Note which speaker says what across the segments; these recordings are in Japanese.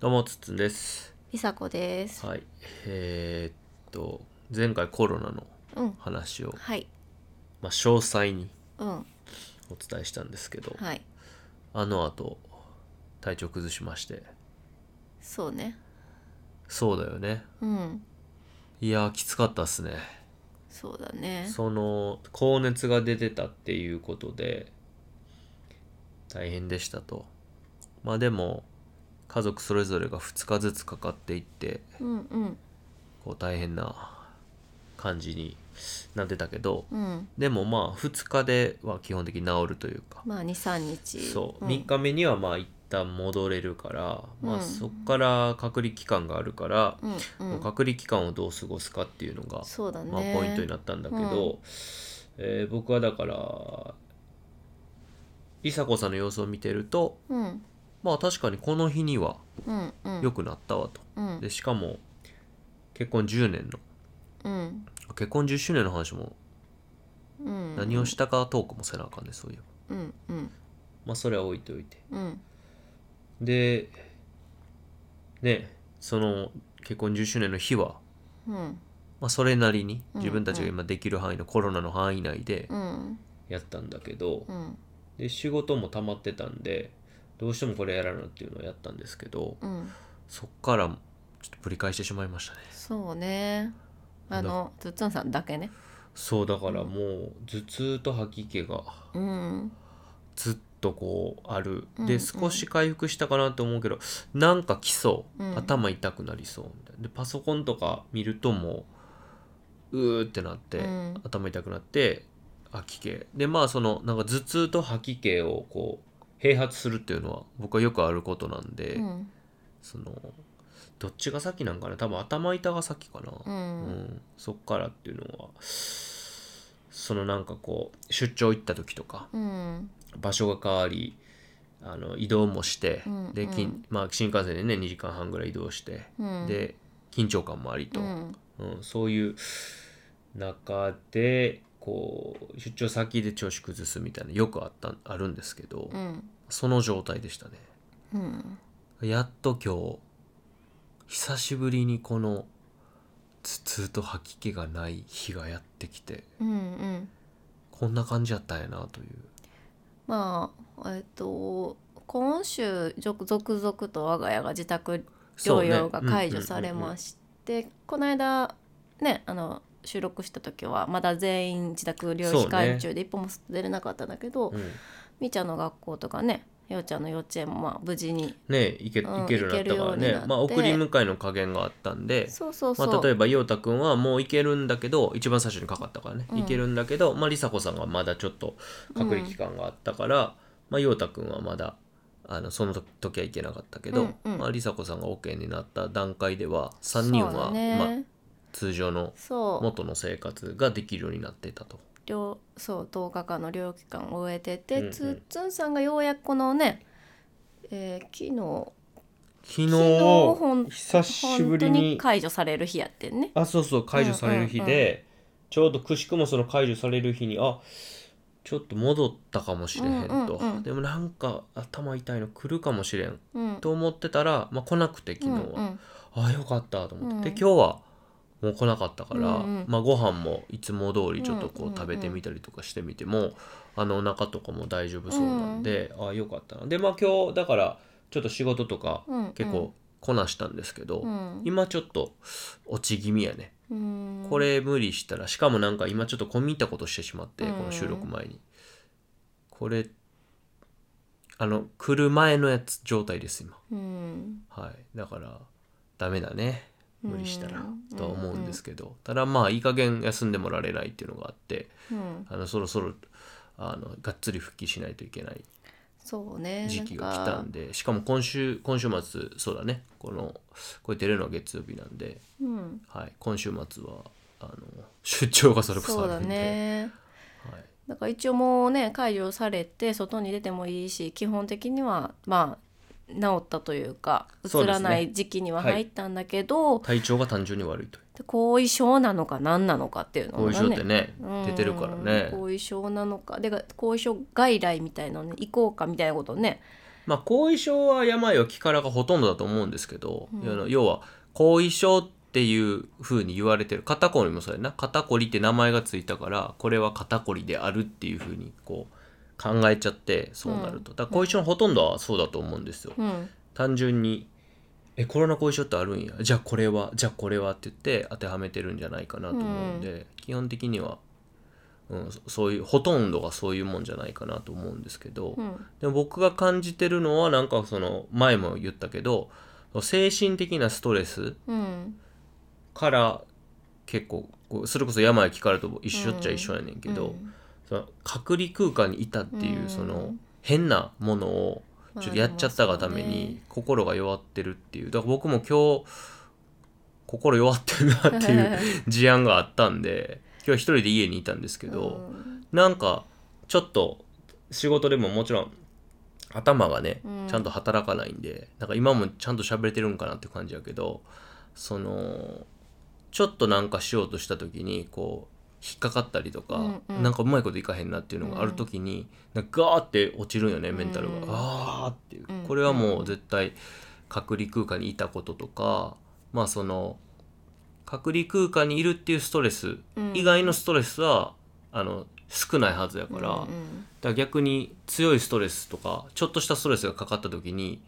Speaker 1: どうもつっつんです。
Speaker 2: りさこです。
Speaker 1: はい、えーっと前回コロナの
Speaker 2: うん。
Speaker 1: 話を、
Speaker 2: はい。
Speaker 1: まあ、詳細に
Speaker 2: うん。
Speaker 1: お伝えしたんですけど、
Speaker 2: はい。
Speaker 1: あの後体調崩しまして
Speaker 2: そうね。
Speaker 1: そうだよね
Speaker 2: うん。
Speaker 1: いやーきつかったっすね
Speaker 2: そうだね。
Speaker 1: その高熱が出てたっていうことで大変でしたとまあでも家族それぞれが2日ずつかかっていって
Speaker 2: うんうん。
Speaker 1: こう大変な感じになってたけど、
Speaker 2: うん。
Speaker 1: でもまあ2日では基本的に治るというか、
Speaker 2: まあ、二三日。
Speaker 1: そう、
Speaker 2: ん
Speaker 1: 3日目にはまあ一旦戻れるから、ま
Speaker 2: う
Speaker 1: あ
Speaker 2: ん
Speaker 1: そこから隔離期間があるから、
Speaker 2: うん。うん。
Speaker 1: 隔離期間をどう過ごすかっていうのが、
Speaker 2: そうだね。
Speaker 1: まあ、ポイントになったんだけど、えー僕はだから梨紗子さんの様子を見てると
Speaker 2: うん。
Speaker 1: まあ確かにこの日には
Speaker 2: うん。うん。
Speaker 1: 良くなったわと。
Speaker 2: うん。
Speaker 1: でしかも結婚10年の
Speaker 2: うん。
Speaker 1: 結婚10周年の話も
Speaker 2: うん。
Speaker 1: 何をしたかトークもせなあかんねそういえば。
Speaker 2: うん。うん。
Speaker 1: まあそれは置いておいて。
Speaker 2: うん。
Speaker 1: でねその結婚10周年の日は、
Speaker 2: うん。
Speaker 1: まあ、それなりに
Speaker 2: うん
Speaker 1: 自分たちが今できる範囲のコロナの範囲内で
Speaker 2: うん。
Speaker 1: やったんだけど
Speaker 2: うん。
Speaker 1: で仕事も溜まってたんでどうしてもこれやらなっていうのをやったんですけど
Speaker 2: うん。
Speaker 1: そっからちょっとぶり返してしまいましたね
Speaker 2: そうね。あの、ずっつんさんだけね。
Speaker 1: そうだからもう頭痛と吐き気が
Speaker 2: うん。
Speaker 1: ずっとこうある
Speaker 2: うんう
Speaker 1: で
Speaker 2: ん
Speaker 1: 少し回復したかなと思うけどなんか来そう、
Speaker 2: うん
Speaker 1: 頭痛くなりそうみたいなでパソコンとか見るともううーってなって、
Speaker 2: うん
Speaker 1: 頭痛くなって吐き気でまあそのなんか頭痛と吐き気をこう併発するっていうのは僕はよくあることなんで、
Speaker 2: うん。
Speaker 1: そのどっちが先なんかな多分頭痛が先かな、
Speaker 2: う。
Speaker 1: うんんそっからっていうのはそのなんかこう出張行った時とか
Speaker 2: うん。
Speaker 1: 場所が変わりあの移動もして、
Speaker 2: うん
Speaker 1: できん
Speaker 2: うん
Speaker 1: まあ、新幹線でね2時間半ぐらい移動して、
Speaker 2: うん。
Speaker 1: で緊張感もあり
Speaker 2: う
Speaker 1: と、うん
Speaker 2: ん。
Speaker 1: そういう中でこう出張先で調子崩すみたいなよくあったあるんですけど、
Speaker 2: うん。
Speaker 1: その状態でしたね
Speaker 2: うん。
Speaker 1: やっと今日久しぶりにこの頭痛と吐き気がない日がやってきて
Speaker 2: うん。うん。
Speaker 1: こんな感じやったんやなという
Speaker 2: まあえっと今週続続々と我が家が自宅
Speaker 1: そう
Speaker 2: 療
Speaker 1: ね
Speaker 2: 養が解除され
Speaker 1: うんうんうんうん
Speaker 2: まして、この間ねあの収録した時はまだ全員自宅療養期間中で一歩も外出れなかったんだけど、
Speaker 1: うん
Speaker 2: みーちゃんの学校とかねようちゃんの幼稚園もまあ無事に
Speaker 1: ね行け,、
Speaker 2: うん
Speaker 1: 行けるようになったから
Speaker 2: 行けるようにな
Speaker 1: ね
Speaker 2: って
Speaker 1: まあ送り迎えの加減があったんで
Speaker 2: そうそうそう、
Speaker 1: まあ、例えば陽太くんはもう行けるんだけど一番最初にかかったからね、
Speaker 2: うん
Speaker 1: 行けるんだけど、まあ、梨紗子さんがまだちょっと隔離期間があったから、まあ、陽太くんはまだあのその時は行けなかったけど、
Speaker 2: うんうん
Speaker 1: まあ、梨紗子さんが OK になった段階では3人
Speaker 2: そう
Speaker 1: は、
Speaker 2: だね
Speaker 1: まあ、通常の
Speaker 2: そう
Speaker 1: 元の生活ができるようになってたと。
Speaker 2: 療そう10日間の療養期間を終え
Speaker 1: う
Speaker 2: て
Speaker 1: んう
Speaker 2: て
Speaker 1: ん
Speaker 2: つっつんさんがようやくこのね、えー昨日
Speaker 1: 昨日
Speaker 2: 昨日ほん
Speaker 1: 久しぶり
Speaker 2: 本当
Speaker 1: に
Speaker 2: に解除される日やってんね
Speaker 1: あそうそう解除される日で、
Speaker 2: うんうん
Speaker 1: ちょうどくしくもその解除される日にあちょっと戻ったかもしれへんと、
Speaker 2: うんうんうん
Speaker 1: でもなんか頭痛いの来るかもしれん
Speaker 2: うん
Speaker 1: と思ってたら、まあ、来なくて昨日は、
Speaker 2: うん
Speaker 1: あよかったと思って、
Speaker 2: うん
Speaker 1: で今日はもう来なかったから、
Speaker 2: うんうん
Speaker 1: まあ、ご飯もいつも通りちょっと
Speaker 2: うん
Speaker 1: こ
Speaker 2: うん
Speaker 1: う
Speaker 2: うん
Speaker 1: 食べてみたりとかしてみても、あのお腹とかも大丈夫そうなんで、あよかったなでまあ今日だからちょっと仕事とか
Speaker 2: うんうん
Speaker 1: 結構こなしたんですけど、
Speaker 2: うん
Speaker 1: 今ちょっと落ち気味やね
Speaker 2: うん
Speaker 1: これ無理したらしかもなんか今ちょっと込み入ったことしてしまって、
Speaker 2: うん
Speaker 1: この収録前にこれあの来る前のやつ状態です今
Speaker 2: うん
Speaker 1: はいだからダメだね無理したら
Speaker 2: うん
Speaker 1: とは思うんですけどただまあいい加減休んでもられないっていうのがあって
Speaker 2: うん
Speaker 1: あのそろそろあのがっつり復帰しないといけない
Speaker 2: そうね
Speaker 1: 時期が来たんでしかも今週今週末そうだねこのこれ出るのは月曜日なんで
Speaker 2: なんか
Speaker 1: はい、今週末はあの出張がそ
Speaker 2: うん
Speaker 1: れこ
Speaker 2: そ
Speaker 1: そうあ
Speaker 2: だ
Speaker 1: るんで、
Speaker 2: ね
Speaker 1: はい、
Speaker 2: だから一応もうね解除されて外に出てもいいし基本的にはまあ治ったというかう
Speaker 1: そう
Speaker 2: つ
Speaker 1: ですね
Speaker 2: らない時期には入ったんだけど、
Speaker 1: 体調が単純に悪いという
Speaker 2: 後遺症なのか何なのかっていうの
Speaker 1: 後遺
Speaker 2: が
Speaker 1: 症って
Speaker 2: ね
Speaker 1: ね
Speaker 2: うん
Speaker 1: 出てるからね
Speaker 2: 後遺症なのかで後遺症外来みたいなのに行こうかみたいなことをね
Speaker 1: まあ、後遺症は病は気からがほとんどだと思うんですけど、
Speaker 2: うん
Speaker 1: あの要は後遺症っていう風に言われてる肩こりもそうやな肩こりって名前がついたからこれは肩こりであるっていう風にこう考えちゃってそうなると、だから後遺症のほとんどはそうだと思うんですよ、
Speaker 2: うん
Speaker 1: 単純に「えコロナ後遺症ってあるんやじゃあこれはじゃあこれは」って言って当てはめてるんじゃないかなと思うんで、基本的には、うん、そそういうほとんどがそういうもんじゃないかなと思うんですけど、
Speaker 2: うん
Speaker 1: でも僕が感じてるのはなんかその前も言ったけど精神的なストレス
Speaker 2: うん
Speaker 1: から結構こうそれこそ病気からと一緒っちゃ一緒やねんけど、
Speaker 2: うん
Speaker 1: その隔離空間にいたっていううんその変なものをちょっとやっちゃったがために心が弱ってるっていうだから僕も今日心弱ってるなっていう事案があったんで今日一人で家にいたんですけ
Speaker 2: け
Speaker 1: ど、なんかちょっと仕事でももちろん頭がね
Speaker 2: うん
Speaker 1: ちゃんと働かないんで、なんか今もちゃんと喋れてるんかなって感じやけどそのちょっとなんかしようとした時にこう引っかかったりとか、
Speaker 2: うんうん
Speaker 1: なんかうまいこといかへんなっていうのがある時に、なんかガーって落ちるんよねメンタルが、
Speaker 2: うん
Speaker 1: あーっていう
Speaker 2: うんうん
Speaker 1: これはもう絶対隔離空間にいたこととかまあその隔離空間にいるっていうストレス以外のストレスはあの少ないはずやから,、だから逆に強いストレスとかちょっとしたストレスがかかった時に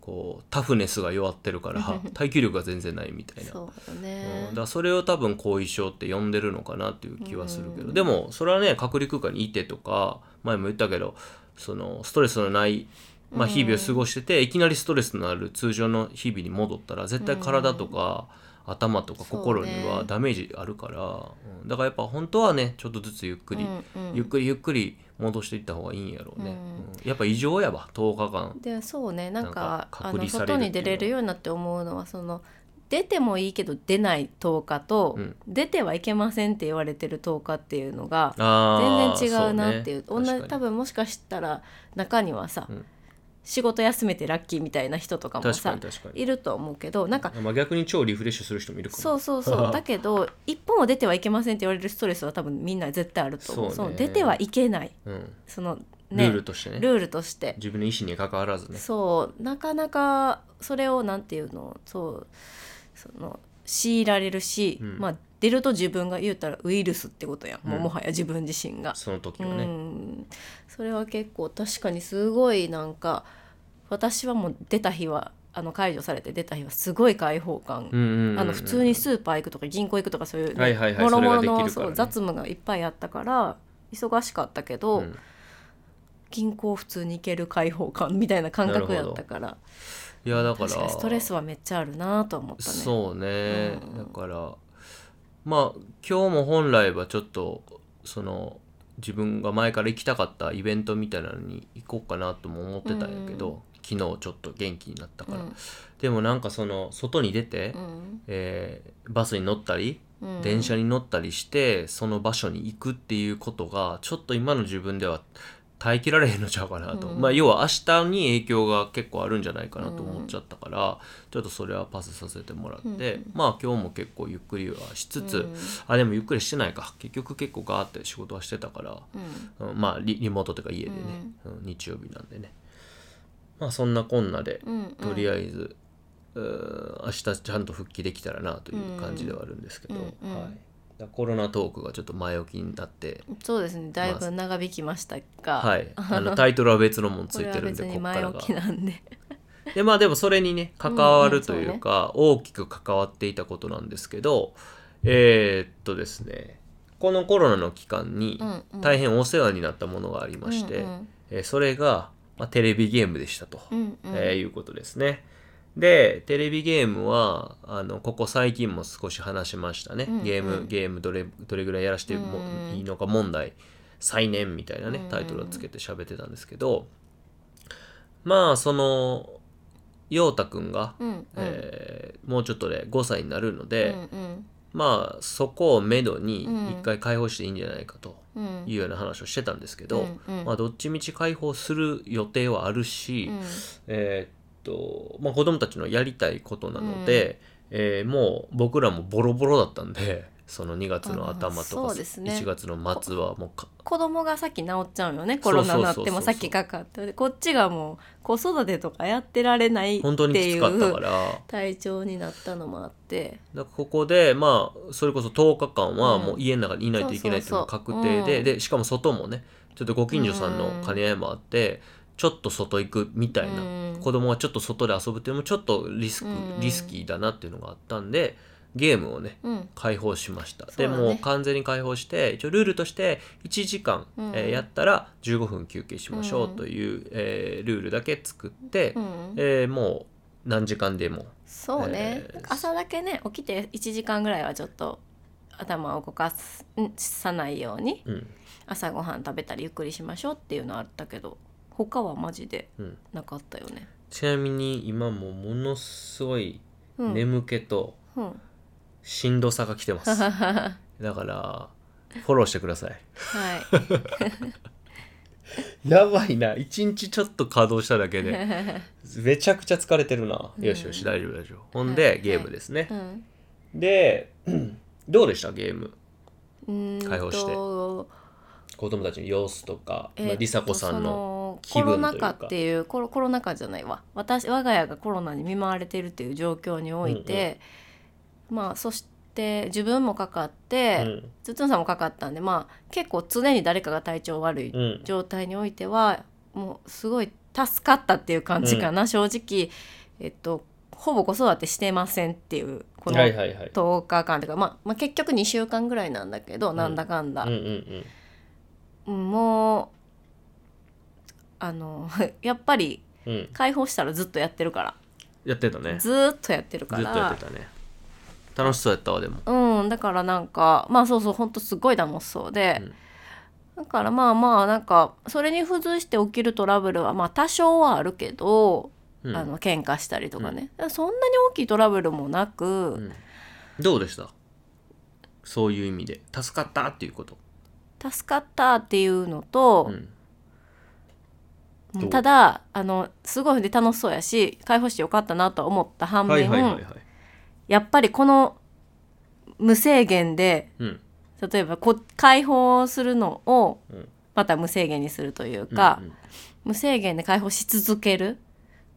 Speaker 1: こうタフネスが弱ってるから耐久力が全然ないみたいな。
Speaker 2: そうだ
Speaker 1: うん
Speaker 2: ね
Speaker 1: だからそれを多分後遺症って呼んでるのかなっていう気はするけど、
Speaker 2: うん
Speaker 1: でもそれはね隔離空間にいてとか前も言ったけどそのストレスのない、まあ、
Speaker 2: うん
Speaker 1: 日々を過ごしてて、いきなりストレスのある通常の日々に戻ったら絶対体とか、頭とか心に
Speaker 2: そう
Speaker 1: は
Speaker 2: ね
Speaker 1: ダメージあるから、うんだからやっぱ本当はねちょっとずつゆっくり、
Speaker 2: うんうん
Speaker 1: ゆっくりゆっくり戻していった方がいいんやろうね、
Speaker 2: うん
Speaker 1: うんやっぱ異常やわ10日間
Speaker 2: でそうねなん
Speaker 1: なんか
Speaker 2: か
Speaker 1: 隔
Speaker 2: あ
Speaker 1: 離
Speaker 2: の
Speaker 1: されるっていうの
Speaker 2: 外
Speaker 1: は
Speaker 2: に出れるようになって思うのはその出てもいいけど出ない10日と、
Speaker 1: うん
Speaker 2: 出てはいけませんって言われてる10日っていうのが
Speaker 1: あー
Speaker 2: 全然違うなっていう
Speaker 1: そね
Speaker 2: 同
Speaker 1: 確
Speaker 2: じ
Speaker 1: か
Speaker 2: 多
Speaker 1: に
Speaker 2: 分もしかしたら中にはさ、
Speaker 1: うん
Speaker 2: 仕事休めてラッキーみたいな人とかも
Speaker 1: 確か
Speaker 2: さ
Speaker 1: に確かに
Speaker 2: いるとは思うけどなんか
Speaker 1: まあ、逆に超リフレッシュする人もいるかも
Speaker 2: そうそうそ うだけど一歩も出てはいけませんって言われるストレスは多分みんな絶対あると思う
Speaker 1: そうね
Speaker 2: の出てはいけない
Speaker 1: うん
Speaker 2: その
Speaker 1: ル
Speaker 2: ね
Speaker 1: ールとしてね
Speaker 2: ルールとして
Speaker 1: 自分の意思に関わらずね
Speaker 2: そうなかなかそれをなんていうのそうその強いられるし、
Speaker 1: うん
Speaker 2: まあ出ると自分が言うたらウイルスってことやん、もう
Speaker 1: うん
Speaker 2: もはや自分自身が。
Speaker 1: その時
Speaker 2: う
Speaker 1: はね、
Speaker 2: んそれは結構確かにすごいなんか私はもう出た日はあの解除されて出た日はすごい開放感、
Speaker 1: うんうんうんうん
Speaker 2: あの普通にスーパー行くとか銀行行くとかそういう
Speaker 1: はいはいはい
Speaker 2: もろも
Speaker 1: それができ
Speaker 2: ろ
Speaker 1: る
Speaker 2: の
Speaker 1: からね
Speaker 2: そう雑務がいっぱいあったから忙しかったけど、
Speaker 1: うん
Speaker 2: 銀行普通に行ける開放感みたいな感覚やったから
Speaker 1: いやだから
Speaker 2: 確かにストレスはめっちゃあるなと思ったね
Speaker 1: そうね、
Speaker 2: うん
Speaker 1: だからまあ今日も本来はちょっとその自分が前から行きたかったイベントみたいなのに行こうかなとも思ってたんやけど、
Speaker 2: うん
Speaker 1: 昨日ちょっと元気になったから、
Speaker 2: うん
Speaker 1: でもなんかその外に出て、
Speaker 2: うん
Speaker 1: えーバスに乗ったり
Speaker 2: うん
Speaker 1: 電車に乗ったりしてその場所に行くっていうことがちょっと今の自分では耐えきられへんのちゃうかなと、
Speaker 2: うん
Speaker 1: まあ要は明日に影響が結構あるんじゃないかなと思っちゃったから、ちょっとそれはパスさせてもらって、
Speaker 2: うん
Speaker 1: まあ今日も結構ゆっくりはしつつ、
Speaker 2: うん
Speaker 1: あでもゆっくりしてないか結局結構ガーって仕事はしてたから、
Speaker 2: うん
Speaker 1: うんまあリリモートというか家でね、うん日曜日なんでねまあそんなこんなで
Speaker 2: うんうん
Speaker 1: とりあえず、うー明日ちゃんと復帰できたらなという感じではあるんですけど、
Speaker 2: うんうん
Speaker 1: はい、だからコロナトークがちょっと前置きになって、
Speaker 2: そうですねだいぶ長引きましたが、
Speaker 1: はい、あのタイトルは別のもんつ
Speaker 2: こ
Speaker 1: い
Speaker 2: れ
Speaker 1: て
Speaker 2: は
Speaker 1: るんで
Speaker 2: 別
Speaker 1: こ
Speaker 2: に
Speaker 1: っか
Speaker 2: 前
Speaker 1: ら
Speaker 2: 置
Speaker 1: が
Speaker 2: きなんで
Speaker 1: でまあでもそれにね関わるというか、大きく関わっていたことなんですけどえーっとですねこのコロナの期間に
Speaker 2: うんうん
Speaker 1: 大変お世話になったものがありまして、
Speaker 2: うん
Speaker 1: えーそれが、まあ、テレビゲームでしたと。
Speaker 2: うんうん
Speaker 1: えーいうことですね。で、テレビゲームは、あの、ここ最近も少し話しましたね
Speaker 2: うんう。ん
Speaker 1: ゲーム、ゲームどれ、どれぐらいやらしても
Speaker 2: うんうん
Speaker 1: いいのか問題、再燃みたいなね
Speaker 2: うんう、ん
Speaker 1: タイトルをつけて喋ってたんですけど、まあ、その、陽太くんが、
Speaker 2: うんうん
Speaker 1: えーもうちょっとで5歳になるので、
Speaker 2: うん
Speaker 1: まあ、そこをめどに
Speaker 2: うん
Speaker 1: 一回解放していいんじゃないかと
Speaker 2: うんうん
Speaker 1: いうような話をしてたんですけど、
Speaker 2: うんうん
Speaker 1: まあ、どっちみち解放する予定はあるし、
Speaker 2: うん
Speaker 1: えーっと、まあ、子供たちのやりたいことなので、えーもう僕らもボロボロだったんで、 その2月の頭と
Speaker 2: あー
Speaker 1: か
Speaker 2: そうですね
Speaker 1: 1月の末はもうか
Speaker 2: 子供がさっき治っちゃうよねコロナになっても
Speaker 1: そ
Speaker 2: さ
Speaker 1: うそうそうそう
Speaker 2: っきかかってでこっちがもう子育てとかやってられないって
Speaker 1: 本当にき
Speaker 2: い
Speaker 1: つかったか
Speaker 2: う
Speaker 1: ら。
Speaker 2: 体調になったのもあって
Speaker 1: だからここでまあそれこそ10日間は
Speaker 2: うん
Speaker 1: もう家の中にいないといけないっていうのが確定
Speaker 2: そうそうそう
Speaker 1: で
Speaker 2: うん
Speaker 1: でしかも外もねちょっとご近所さんの兼ね合いもあってちょっと外行くみたいな
Speaker 2: うん
Speaker 1: 子供はちょっと外で遊ぶっていうのもちょっとリスク
Speaker 2: うん
Speaker 1: リスキーだなっていうのがあったんでゲームをね
Speaker 2: うん
Speaker 1: 解放しました、
Speaker 2: そう
Speaker 1: で
Speaker 2: だね
Speaker 1: もう完全に解放して一応ルールとして1時間、
Speaker 2: うん
Speaker 1: えーやったら15分休憩しましょう
Speaker 2: うん
Speaker 1: という、えールールだけ作って、
Speaker 2: うん
Speaker 1: えーもう何時間でも
Speaker 2: そうね、
Speaker 1: えー
Speaker 2: 朝だけね起きて1時間ぐらいはちょっと頭を動かすんさないように
Speaker 1: うん
Speaker 2: 朝ごはん食べたりゆっくりしましょうっていうのはあったけど他はマジで
Speaker 1: うん
Speaker 2: なかったよね。
Speaker 1: ちなみに今もうものすごい
Speaker 2: うん
Speaker 1: 眠気と
Speaker 2: うん
Speaker 1: しんどさが来てます、
Speaker 2: は
Speaker 1: だからフォローしてください
Speaker 2: い
Speaker 1: やばいな一日ちょっと稼働しただ けでめちゃくちゃ疲れてるな、よしよし大丈夫大丈夫ほんで、
Speaker 2: はい
Speaker 1: ゲームですね、
Speaker 2: うん
Speaker 1: で どうでしたゲーム
Speaker 2: うーん
Speaker 1: 解放して
Speaker 2: と
Speaker 1: 子供たちの様子とか、
Speaker 2: えー
Speaker 1: まあ、
Speaker 2: と
Speaker 1: りさこさんの
Speaker 2: その
Speaker 1: 気分というか
Speaker 2: コロナ禍っていうコロコロナ禍じゃないわ私我が家がコロナに見舞われているっていう状況において、まあそして自分もかかって、
Speaker 1: うん
Speaker 2: つつんさんもかかったんでまあ結構常に誰かが体調悪い
Speaker 1: うん
Speaker 2: 状態においてはもうすごい助かったっていう感じかな、正直、えっと、ほぼ子育てしてませんっていうこの
Speaker 1: はいはいはい
Speaker 2: 10日間とか、まあ、まあ結局2週間ぐらいなんだけど、
Speaker 1: ん
Speaker 2: なんだかんだ、
Speaker 1: うんうん
Speaker 2: もうあの やっぱり
Speaker 1: うんうん
Speaker 2: 解放したらずっとやってるから、
Speaker 1: やってたねず
Speaker 2: ずーっとやってる
Speaker 1: っ
Speaker 2: か
Speaker 1: と
Speaker 2: ら
Speaker 1: やってたね楽しそうやったわでも
Speaker 2: うんだからなんかまあそうそうほんとすごい楽しそうで、だからまあまあなんかそれに付随して起きるトラブルはまあ多少はあるけど、
Speaker 1: うん
Speaker 2: あの喧嘩したりとかね、そんなに大きいトラブルもなく、
Speaker 1: うんどうでしたそういう意味で助かったっていうこと、
Speaker 2: 助かったっていうのと
Speaker 1: う、ん
Speaker 2: うん
Speaker 1: どう
Speaker 2: ただあのすごいで楽しそうやし解放してよかったなと思った反面、
Speaker 1: はいはいはいはい
Speaker 2: やっぱりこの無制限で
Speaker 1: うん
Speaker 2: 例えばこ解放するのを
Speaker 1: うん
Speaker 2: また無制限にするというか、
Speaker 1: うんうん
Speaker 2: 無制限で解放し続ける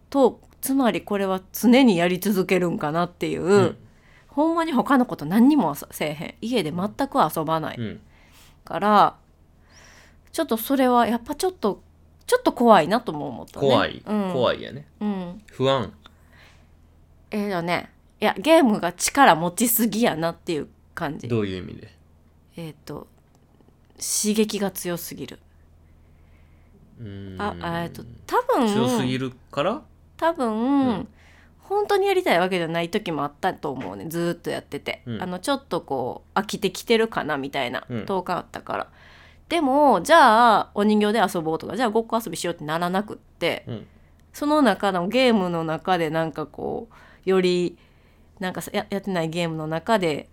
Speaker 2: とつまりこれは常にやり続けるんかなっていう、
Speaker 1: うん
Speaker 2: ほんまに他のこと何にもせえへん家で全く遊ばない
Speaker 1: うん
Speaker 2: から、ちょっとそれはやっぱちょっとちょっと怖いなとも思ったね。
Speaker 1: 怖い、
Speaker 2: うん、い、
Speaker 1: 怖いやね
Speaker 2: うん、
Speaker 1: 不安
Speaker 2: えー、とねいやゲームが力持ちすぎやなっていう感じ。
Speaker 1: どういう意味で
Speaker 2: えっ、と刺激が強すぎる。
Speaker 1: うーん
Speaker 2: あ、あえっと多分
Speaker 1: 強すぎるから
Speaker 2: 多分、
Speaker 1: うん
Speaker 2: 本当にやりたいわけじゃない時もあったと思うねずーっとやってて、
Speaker 1: うん
Speaker 2: あのちょっとこう飽きてきてるかなみたいな
Speaker 1: うん
Speaker 2: 10日あったから、でもじゃあお人形で遊ぼうとかじゃあごっこ遊びしようってならなくって、
Speaker 1: うん
Speaker 2: その中のゲームの中でなんかこうよりなんかさややってないゲームの中で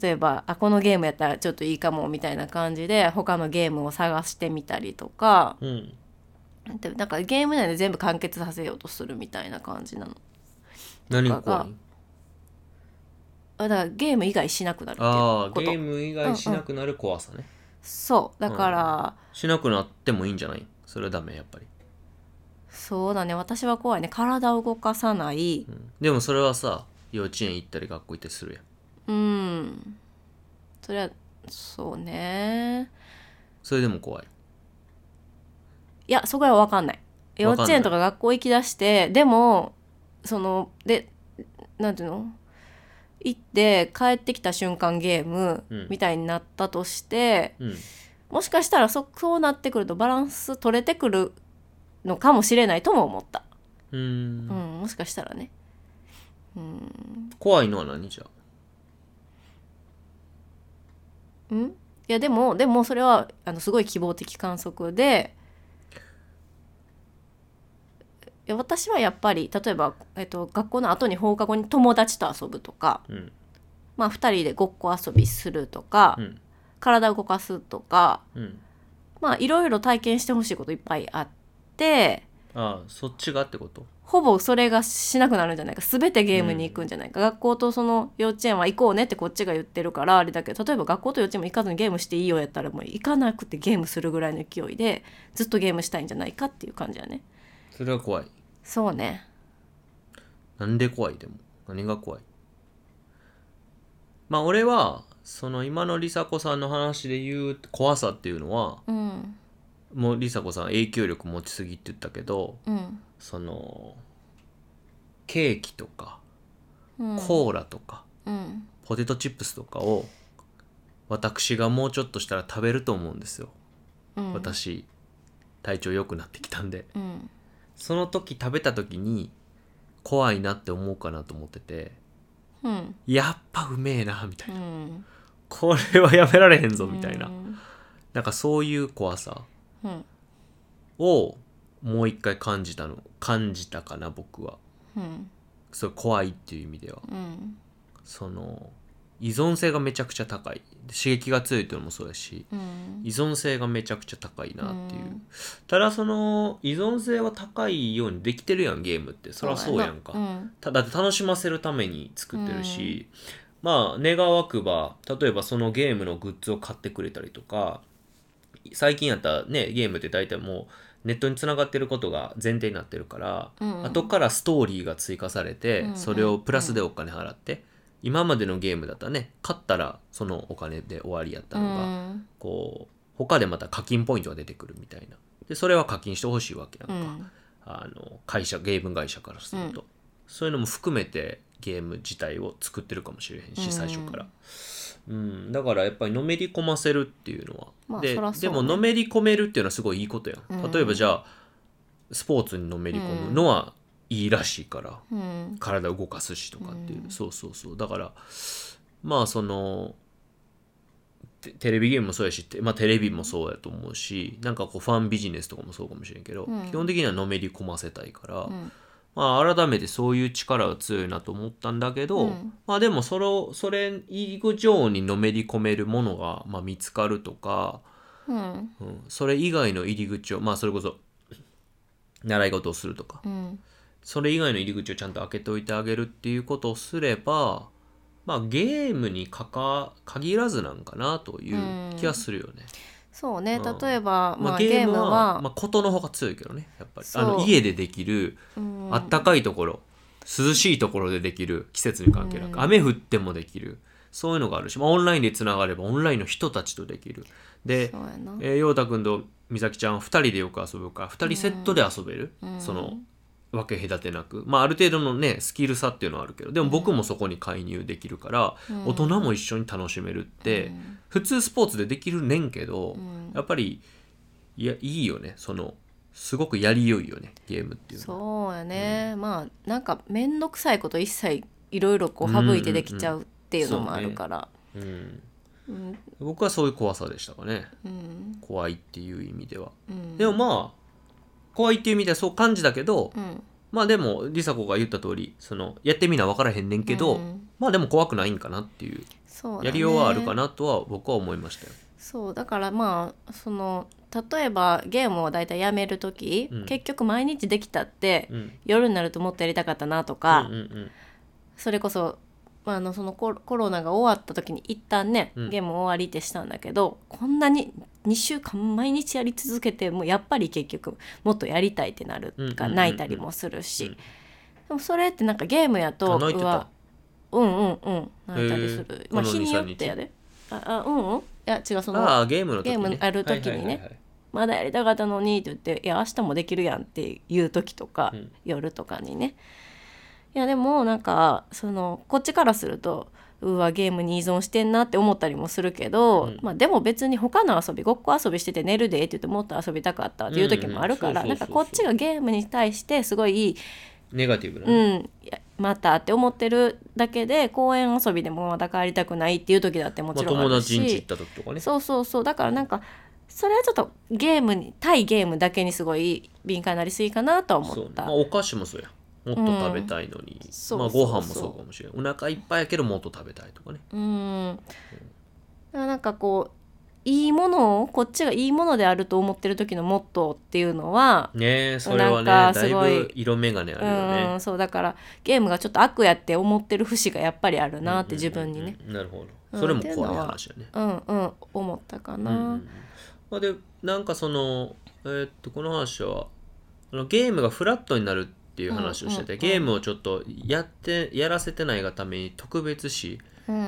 Speaker 2: 例えばあこのゲームやったらちょっといいかもみたいな感じで他のゲームを探してみたりとか、
Speaker 1: うん
Speaker 2: でなんかゲーム内で全部完結させようとするみたいな感じなの
Speaker 1: 何が怖い
Speaker 2: があだからゲーム以外しなくなるって
Speaker 1: あ
Speaker 2: いう
Speaker 1: あ
Speaker 2: こ
Speaker 1: ゲー
Speaker 2: と
Speaker 1: ム以外しなくなる怖さね、
Speaker 2: そうだから、
Speaker 1: しなくなってもいいんじゃないそれはダメやっぱり、
Speaker 2: そうだね私は怖いね体を動かさない
Speaker 1: うんでもそれはさ幼稚園行ったり学校行ったりするやん
Speaker 2: うんそれはそうね
Speaker 1: それでも怖い
Speaker 2: いやそこは分かんない幼
Speaker 1: わかんない
Speaker 2: 稚園とか学校行きだしてでもそのでなんていうの行って帰ってきた瞬間ゲーム
Speaker 1: うん
Speaker 2: みたいになったとして、
Speaker 1: うん
Speaker 2: もしかしたらそそうなってくるとバランス取れてくるのかもしれないとも思った、
Speaker 1: うーん
Speaker 2: うんもしかしたらね、うん、
Speaker 1: 怖いのは何じゃ
Speaker 2: んいやでもでもそれはあのすごい希望的観測でいや私はやっぱり例えば、えっと、学校の後に放課後に友達と遊ぶとか、
Speaker 1: うん
Speaker 2: まあ、2人でごっこ遊びするとか、
Speaker 1: うん
Speaker 2: 体を動かすとか
Speaker 1: うん
Speaker 2: まあいろいろ体験してほしいこといっぱいあって。
Speaker 1: ああそっちがってこと
Speaker 2: ほぼそれがしなくなるんじゃないか全てゲームに行くんじゃないか、学校とその幼稚園は行こうねってこっちが言ってるからあれだけど例えば学校と幼稚園も行かずにゲームしていいよやったらもう行かなくてゲームするぐらいの勢いでずっとゲームしたいんじゃないかっていう感じだね
Speaker 1: それは怖い
Speaker 2: そうね
Speaker 1: なんで怖いでも何が怖いまあ俺はその今の梨紗子さんの話で言う怖さっていうのは
Speaker 2: うん
Speaker 1: もう梨紗子さん影響力持ちすぎって言ったけど
Speaker 2: うん
Speaker 1: そのケーキとか
Speaker 2: うん
Speaker 1: コーラとか、
Speaker 2: うん
Speaker 1: ポテトチップスとかを私がもうちょっとしたら食べると思うんですよ、
Speaker 2: うん
Speaker 1: 私体調良くなってきたんで
Speaker 2: うん
Speaker 1: その時食べた時に怖いなって思うかなと思ってて
Speaker 2: うん
Speaker 1: やっぱうめえなみたいうな、
Speaker 2: ん
Speaker 1: これはやめられへんぞみたいな、
Speaker 2: うん
Speaker 1: なんかそういう怖さ
Speaker 2: うん
Speaker 1: をもう一回感じたの感じたかな僕は
Speaker 2: うん
Speaker 1: そう怖いっていう意味では
Speaker 2: うん
Speaker 1: その依存性がめちゃくちゃ高い刺激が強いっていうのもそうやし
Speaker 2: うん
Speaker 1: 依存性がめちゃくちゃ高いなっていう、
Speaker 2: うん
Speaker 1: ただその依存性は高いようにできてるやんゲームってそりゃそうやんか、
Speaker 2: うん
Speaker 1: ただって楽しませるために作ってるし、まあ願わくば例えばそのゲームのグッズを買ってくれたりとか最近やったらねゲームって大体もうネットにつながってることが前提になってるから、
Speaker 2: うん
Speaker 1: 後からストーリーが追加されて、
Speaker 2: うん
Speaker 1: それをプラスでお金払って、今までのゲームだったらね勝ったらそのお金で終わりやったのが、
Speaker 2: うん
Speaker 1: こう他でまた課金ポイントが出てくるみたいなでそれは課金してほしいわけやん
Speaker 2: う
Speaker 1: か、
Speaker 2: ん
Speaker 1: あの会社ゲーム会社からすると、そういうのも含めてゲーム自体を作ってるかもしれへん
Speaker 2: う
Speaker 1: し
Speaker 2: ん
Speaker 1: 最初から、うん、だからやっぱりのめり込ませるっていうのは、
Speaker 2: まあ
Speaker 1: で
Speaker 2: そらそう
Speaker 1: で
Speaker 2: ね
Speaker 1: ものめり込めるっていうのはすごいいいことやん、
Speaker 2: うん
Speaker 1: 例えばじゃあスポーツにのめり込むのはいいらしいから、
Speaker 2: うん
Speaker 1: 体を動かすしとかっていう、
Speaker 2: うん
Speaker 1: そうそうそうだからまあそのテテレビゲームもそうやし、てまあ、テレビもそうやと思うしなんかこうファンビジネスとかもそうかもしれんけど、
Speaker 2: うん
Speaker 1: 基本的にはのめり込ませたいから、
Speaker 2: うん
Speaker 1: まあ、改めてそういう力が強いなと思ったんだけど、
Speaker 2: うん
Speaker 1: まあでもそれをそれ以上にのめり込めるものが、まあ、見つかるとか、
Speaker 2: うん
Speaker 1: うん、それ以外の入り口をまあそれこそ習い事をするとか
Speaker 2: うん
Speaker 1: それ以外の入り口をちゃんと開けておいてあげるっていうことをすれば、まあ、ゲームにかか限らずなんかなという気がするよね。
Speaker 2: そうね
Speaker 1: うん
Speaker 2: 例えば
Speaker 1: ま
Speaker 2: ま
Speaker 1: あ、
Speaker 2: あ
Speaker 1: ゲ
Speaker 2: ゲ
Speaker 1: ー
Speaker 2: ー
Speaker 1: ム
Speaker 2: ム
Speaker 1: は、
Speaker 2: は
Speaker 1: まあ、ことの方が強いけどねやっぱり
Speaker 2: そ
Speaker 1: あ
Speaker 2: う
Speaker 1: の家でできる
Speaker 2: うん
Speaker 1: あったかいところ、涼しいところでできる季節に関係なく、
Speaker 2: うん
Speaker 1: 雨降ってもできるそういうのがあるし、まあ、オンラインでつながればオンラインの人たちとできる。で
Speaker 2: そうやな
Speaker 1: えー、陽太くんと美咲ちゃんは2人でよく遊ぶから2人セットで遊べる、
Speaker 2: うん
Speaker 1: その分け隔てなくまあある程度のねスキル差っていうのはあるけどでも僕もそこに介入できるから、
Speaker 2: うん
Speaker 1: 大人も一緒に楽しめるって、
Speaker 2: うん
Speaker 1: 普通スポーツでできるねんけど、
Speaker 2: うん
Speaker 1: やっぱりいやいいよねそのすごくやりよいよねゲームっていうのは
Speaker 2: そうやね、まあなんか面倒くさいこと一切いろいろこう省いてできちゃうっていうのもあるから
Speaker 1: うん、
Speaker 2: うん
Speaker 1: 僕はそういう怖さでしたかね
Speaker 2: うん
Speaker 1: 怖いっていう意味では、
Speaker 2: うん
Speaker 1: でもまあ怖いっていう意味ではそう感じたけど、
Speaker 2: うん
Speaker 1: まあでも梨紗子が言った通りそのやってみな分からへんねんけど、
Speaker 2: うん
Speaker 1: まあでも怖くないんかなっていう
Speaker 2: そうだね
Speaker 1: やりようはあるかなとは僕は思いましたよ。
Speaker 2: そうだからまあその例えばゲームをだいたいやめる時、
Speaker 1: うん
Speaker 2: 結局毎日できたって、
Speaker 1: うん、
Speaker 2: 夜になるともっとやりたかったなとか、
Speaker 1: うんうん
Speaker 2: それこそまああのそのコロコロナが終わった時に一旦ね
Speaker 1: うん
Speaker 2: ゲーム終わりってしたんだけど、こんなに2週間毎日やり続けてもやっぱり結局もっとやりたいってなる
Speaker 1: うんうんうん
Speaker 2: か
Speaker 1: うん
Speaker 2: 泣いたりもするし、
Speaker 1: うん
Speaker 2: でもそれってなんかゲームやと
Speaker 1: あ泣いてた
Speaker 2: うわうんうんうん泣いたりす
Speaker 1: へ
Speaker 2: る
Speaker 1: ー、
Speaker 2: まあ、
Speaker 1: この
Speaker 2: 日
Speaker 1: 2
Speaker 2: によってやでああうんうんいや違うそ
Speaker 1: うん、
Speaker 2: の
Speaker 1: ああゲームの時、ね、
Speaker 2: ゲームやる時
Speaker 1: はい
Speaker 2: にね
Speaker 1: はいはいはい
Speaker 2: まだやりたかったのにって言って「いや明日もできるやん」っていう時とか、
Speaker 1: うん
Speaker 2: 夜とかにねいやでもなんかそのこっちからするとうわゲームに依存してんなって思ったりもするけど、
Speaker 1: うん
Speaker 2: まあ、でも別に他の遊びごっこ遊びしてて寝るでって言ってもっと遊びたかったっていう時もあるから
Speaker 1: うんう
Speaker 2: な
Speaker 1: んんそ
Speaker 2: か
Speaker 1: うそうそうそう
Speaker 2: こっちがゲームに対してすごい
Speaker 1: ネガティブな
Speaker 2: う
Speaker 1: ね、
Speaker 2: んいやまたって思ってるだけで公園遊びでもまた帰りたくないっていう時だっても
Speaker 1: まあ、
Speaker 2: ちろんあ
Speaker 1: 友
Speaker 2: るし、
Speaker 1: 達ん家行った時とかね
Speaker 2: そうそうそうだからなんかそれはちょっとゲームに対ゲームだけにすごい敏感になりすぎかなとは思
Speaker 1: そう
Speaker 2: っ
Speaker 1: ね
Speaker 2: た
Speaker 1: まあ、お菓子もそうやもっと食べたいのに、
Speaker 2: そう
Speaker 1: まあ、
Speaker 2: そ
Speaker 1: ご
Speaker 2: うそう
Speaker 1: 飯もそうかもしれないお腹いっぱいやけどもっと食べたいとかね
Speaker 2: うんだからなんかこういいものをこっちがいいものであると思ってる時のモットーっていうのは、
Speaker 1: ねえそれはね
Speaker 2: なんか
Speaker 1: だ
Speaker 2: す
Speaker 1: い
Speaker 2: ごい
Speaker 1: ぶ色眼鏡あるよ
Speaker 2: う
Speaker 1: ね
Speaker 2: んそうだからゲームがちょっと悪やって思ってる節がやっぱりあるなって自分にね、
Speaker 1: うんうんうんなるほ
Speaker 2: うん
Speaker 1: どそれも怖い話だね
Speaker 2: うんうん思ったかな、
Speaker 1: うんうんまあ、でなんかその、えーっとこの話はあのゲームがフラットになるっていう話をしてて、
Speaker 2: うんうんうん
Speaker 1: ゲームをちょっとやってやらせてないがために特別視、
Speaker 2: うん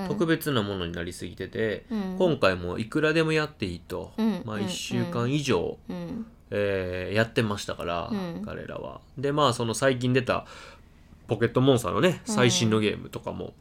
Speaker 1: 特別なものになりすぎてて、
Speaker 2: うん
Speaker 1: 今回もいくらでもやっていいと、
Speaker 2: うん
Speaker 1: まあ、
Speaker 2: うん
Speaker 1: 1週間以上、
Speaker 2: うん
Speaker 1: えーやってましたから、
Speaker 2: うん
Speaker 1: 彼らは。でまあその最近出たポケットモンスターのね
Speaker 2: うん
Speaker 1: 最新のゲームとかも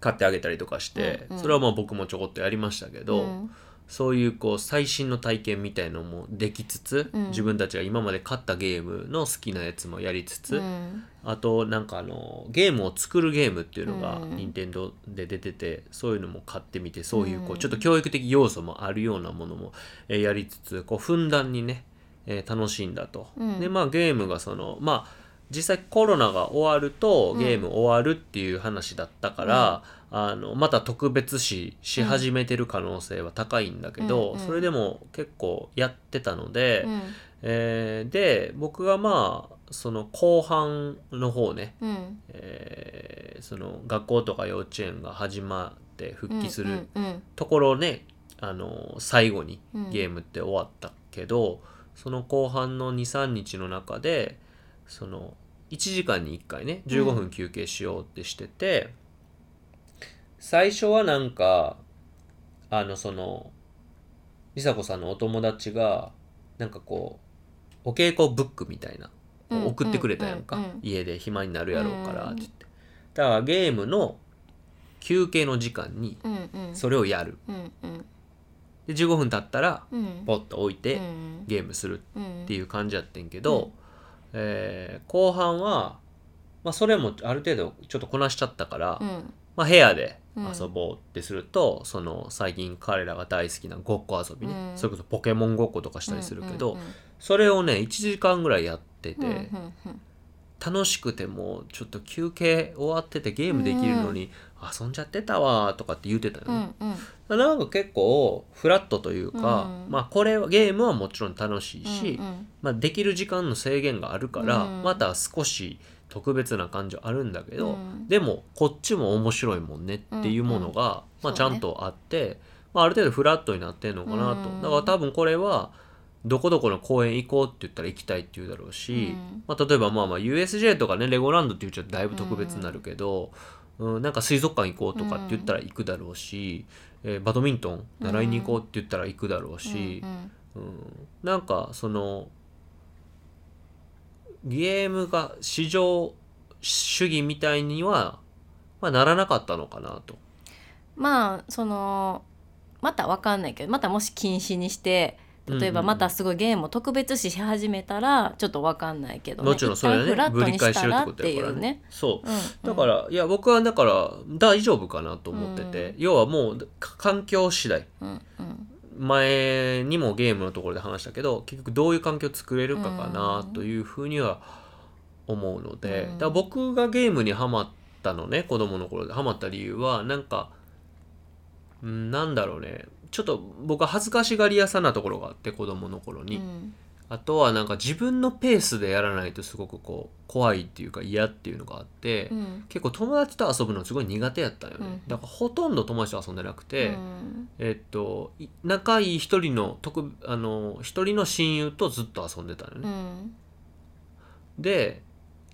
Speaker 1: 買ってあげたりとかして、
Speaker 2: うんうん
Speaker 1: それはまあ僕もちょこっとやりましたけど。
Speaker 2: うん
Speaker 1: そういうこう最新の体験みたいのもできつつ、
Speaker 2: うん
Speaker 1: 自分たちが今まで勝ったゲームの好きなやつもやりつつ、
Speaker 2: うん
Speaker 1: あとなんかあのゲームを作るゲームっていうのが
Speaker 2: うん
Speaker 1: 任天堂で出てて、そういうのも買ってみてそういうこ
Speaker 2: う
Speaker 1: うんちょっと教育的要素もあるようなものもえーやりつつこうふんだんにね、えー楽しんだと。
Speaker 2: うん
Speaker 1: でまあゲームがそのまあ実際コロナが終わると
Speaker 2: うん
Speaker 1: ゲーム終わるっていう話だったから、あのまた特別視し始めてる可能性は高いんだけど、
Speaker 2: うんうん
Speaker 1: それでも結構やってたので、
Speaker 2: うん
Speaker 1: えーで僕がまあその後半の方ね、
Speaker 2: うん
Speaker 1: えーその学校とか幼稚園が始まって復帰する
Speaker 2: うんうん
Speaker 1: ところね、あの最後に
Speaker 2: うん
Speaker 1: ゲームって終わったけど、その後半の23日の中でその1時間に1回ね15分休憩しようってしてて、最初はなんかあのその梨紗子さんのお友達がなんかこうお稽古ブックみたいな
Speaker 2: うん
Speaker 1: 送ってくれたやんか、
Speaker 2: うんうん
Speaker 1: 家で暇になるやろうから
Speaker 2: う
Speaker 1: っ
Speaker 2: ん
Speaker 1: て言ってだからゲームの休憩の時間に
Speaker 2: うんうん
Speaker 1: それをやる
Speaker 2: うんうん
Speaker 1: で15分経ったら
Speaker 2: うん
Speaker 1: ポッと置いて
Speaker 2: うん
Speaker 1: ゲームする
Speaker 2: うん
Speaker 1: っていう感じやってんけ
Speaker 2: う
Speaker 1: ど
Speaker 2: ん、
Speaker 1: えー後半は、まあ、それもある程度ちょっとこなしちゃったから、
Speaker 2: うん
Speaker 1: まあ、部屋で遊ぼうってすると、その最近彼らが大好きなごっこ遊びね、
Speaker 2: うん
Speaker 1: それこそポケモンごっことかしたりするけど、
Speaker 2: うん
Speaker 1: それをね1時間ぐらいやってて、
Speaker 2: うんうんうんうん
Speaker 1: 楽しくてもうちょっと休憩終わっててゲームできるのに、遊んじゃってたわーとかって言ってたよね。
Speaker 2: うんうん
Speaker 1: なんか結構フラットというか、
Speaker 2: うん
Speaker 1: まあこれはゲームはもちろん楽しいし、
Speaker 2: うんうん
Speaker 1: まあ、できる時間の制限があるから、
Speaker 2: うん
Speaker 1: また少し特別な感じはあるんだけど、
Speaker 2: うん
Speaker 1: でもこっちも面白いもんねっていうものが、
Speaker 2: うんうん
Speaker 1: まあ、ちゃんとあって、まあ、ある程度フラットになってんのかなと、
Speaker 2: うん
Speaker 1: だから多分これはどこどこの公園行こうって言ったら行きたいって言うだろうし、
Speaker 2: うん
Speaker 1: まあ、例えばまあまあ USJ とかねレゴランドって言っちゃうとだいぶ特別になるけど、うんなんか水族館行こうとかって言ったら行くだろうし、えーバドミントン習いに行こうって言ったら行くだろうし。
Speaker 2: うん
Speaker 1: うん、なんかそのゲームが市場主義みたいには、まあ、ならなかったのかなと。
Speaker 2: まあそのまたわかんないけどまたもし禁止にして例
Speaker 1: う
Speaker 2: え
Speaker 1: んうんう
Speaker 2: ば
Speaker 1: ん
Speaker 2: またすごいゲームを特別視し始めたらちょっとわかんないけど、ね、
Speaker 1: もちろんそれは
Speaker 2: 一旦フ
Speaker 1: ね
Speaker 2: ラッ
Speaker 1: ぶ
Speaker 2: ト
Speaker 1: り
Speaker 2: にし
Speaker 1: 返して
Speaker 2: た
Speaker 1: るって
Speaker 2: ら
Speaker 1: こ
Speaker 2: っ
Speaker 1: と
Speaker 2: てい
Speaker 1: やから
Speaker 2: う
Speaker 1: ね。
Speaker 2: ね。
Speaker 1: そう
Speaker 2: うん
Speaker 1: だから、いや僕はだから大丈夫かなと思ってて、
Speaker 2: うん
Speaker 1: 要はもうか環境次第
Speaker 2: うんうん
Speaker 1: 前にもゲームのところで話したけど結局どういう環境を作れるかかな
Speaker 2: うん
Speaker 1: というふうには思うので、
Speaker 2: うん
Speaker 1: だから僕がゲームにハマったのね子供の頃でハマった理由はなんかうんなんだろうねちょっと僕は恥ずかしがり屋さなところがあって子供の頃に、
Speaker 2: うん
Speaker 1: あとはなんか自分のペースでやらないとすごくこう怖いっていうか嫌っていうのがあって、
Speaker 2: うん
Speaker 1: 結構友達と遊ぶのすごい苦手やったんよね、
Speaker 2: うん
Speaker 1: だからほとんど友達と遊んでなくて、
Speaker 2: うん
Speaker 1: えっと、い仲いい一人の特あの一人の親友とずっと遊んでたの
Speaker 2: う
Speaker 1: ね、
Speaker 2: ん
Speaker 1: で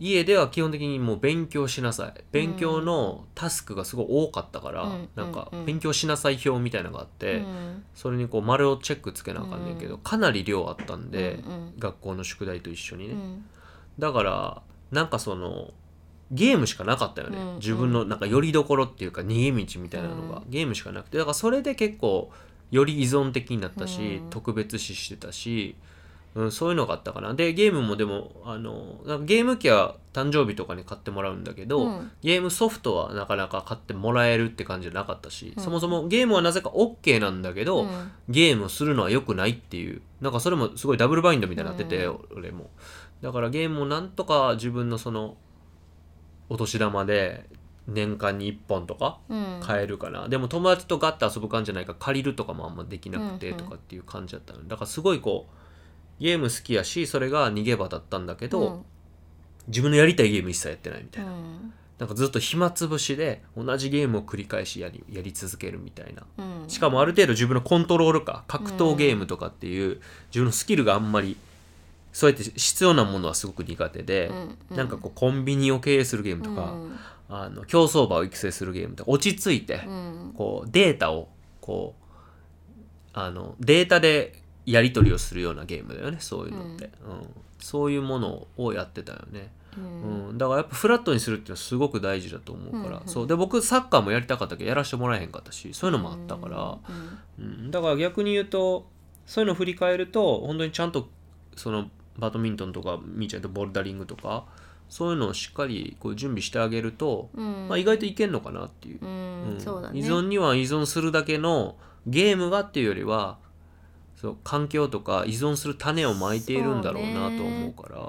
Speaker 1: 家では基本的にもう勉強しなさい勉強のタスクがすごい多かったから、
Speaker 2: うん
Speaker 1: なんか
Speaker 2: うんうん
Speaker 1: 勉強しなさい表みたいなのがあって、
Speaker 2: うん
Speaker 1: それにこう丸をチェックつけなあかんねんけど、
Speaker 2: うん
Speaker 1: かなり量あったんで、
Speaker 2: うん
Speaker 1: 学校の宿題と一緒に
Speaker 2: う
Speaker 1: ね、
Speaker 2: ん
Speaker 1: だからなんかそのゲームしかなかったよね、
Speaker 2: うん
Speaker 1: 自分のなんかよりどころっていうか逃げ道みたいなのが、
Speaker 2: う
Speaker 1: ゲームしかなくてだからそれで結構より依存的になったし、
Speaker 2: うん
Speaker 1: 特別視してたし、うん、そういうのがあったかなでゲームもでもあのなんかゲーム機は誕生日とかに買ってもらうんだけど、
Speaker 2: うん
Speaker 1: ゲームソフトはなかなか買ってもらえるって感じじゃなかったし、
Speaker 2: うん
Speaker 1: そもそもゲームはなぜか OK なんだけど、
Speaker 2: うん
Speaker 1: ゲームをするのは良くないっていうなんかそれもすごいダブルバインドみたいになってて、
Speaker 2: うん
Speaker 1: 俺もだからゲームをなんとか自分のそのお年玉で年間に1本とか
Speaker 2: うん
Speaker 1: 買えるかな、でも友達とガッて遊ぶ感じじゃないから借りるとかもあんまできなく
Speaker 2: う
Speaker 1: て
Speaker 2: んうん
Speaker 1: とかっていう感じだったのだからすごいこうゲーム好きやしそれが逃げ場だったんだけど、自分のやりたいゲーム一切やってないみた
Speaker 2: う
Speaker 1: いな、
Speaker 2: ん
Speaker 1: なんかずっと暇つぶしで同じゲームを繰り返しやりやり続けるみたいな
Speaker 2: うん
Speaker 1: しかもある程度自分のコントロールか格闘ゲームとかっていう自分のスキルがあんまりそうやって必要なものはすごく苦手で、
Speaker 2: うん
Speaker 1: なんかこうコンビニを経営するゲームとか、あの競走馬を育成するゲームとか落ち着いて、
Speaker 2: うん
Speaker 1: こうデータをこうあのデータでやり取りをするようなゲームだよねそういうのって、うんそういうものをやってたよね、
Speaker 2: う
Speaker 1: うんん、だからやっぱフラットにするっていうのはすごく大事だと思うから、
Speaker 2: うんうん
Speaker 1: そうで僕サッカーもやりたかったけどやらせてもらえへんかったしそういうのもあったから、
Speaker 2: うん
Speaker 1: うん、だから逆に言うとそういうのを振り返ると本当にちゃんとそのバドミントンとかみーちゃんとボルダリングとかそういうのをしっかりこう準備してあげると、
Speaker 2: うん
Speaker 1: まあ、意外といけんのかなっていう
Speaker 2: う、
Speaker 1: うんん
Speaker 2: そうだね
Speaker 1: 依存には依存するだけのゲームがっていうよりはそう環境とか依存する種をまいているんだろうなと思うから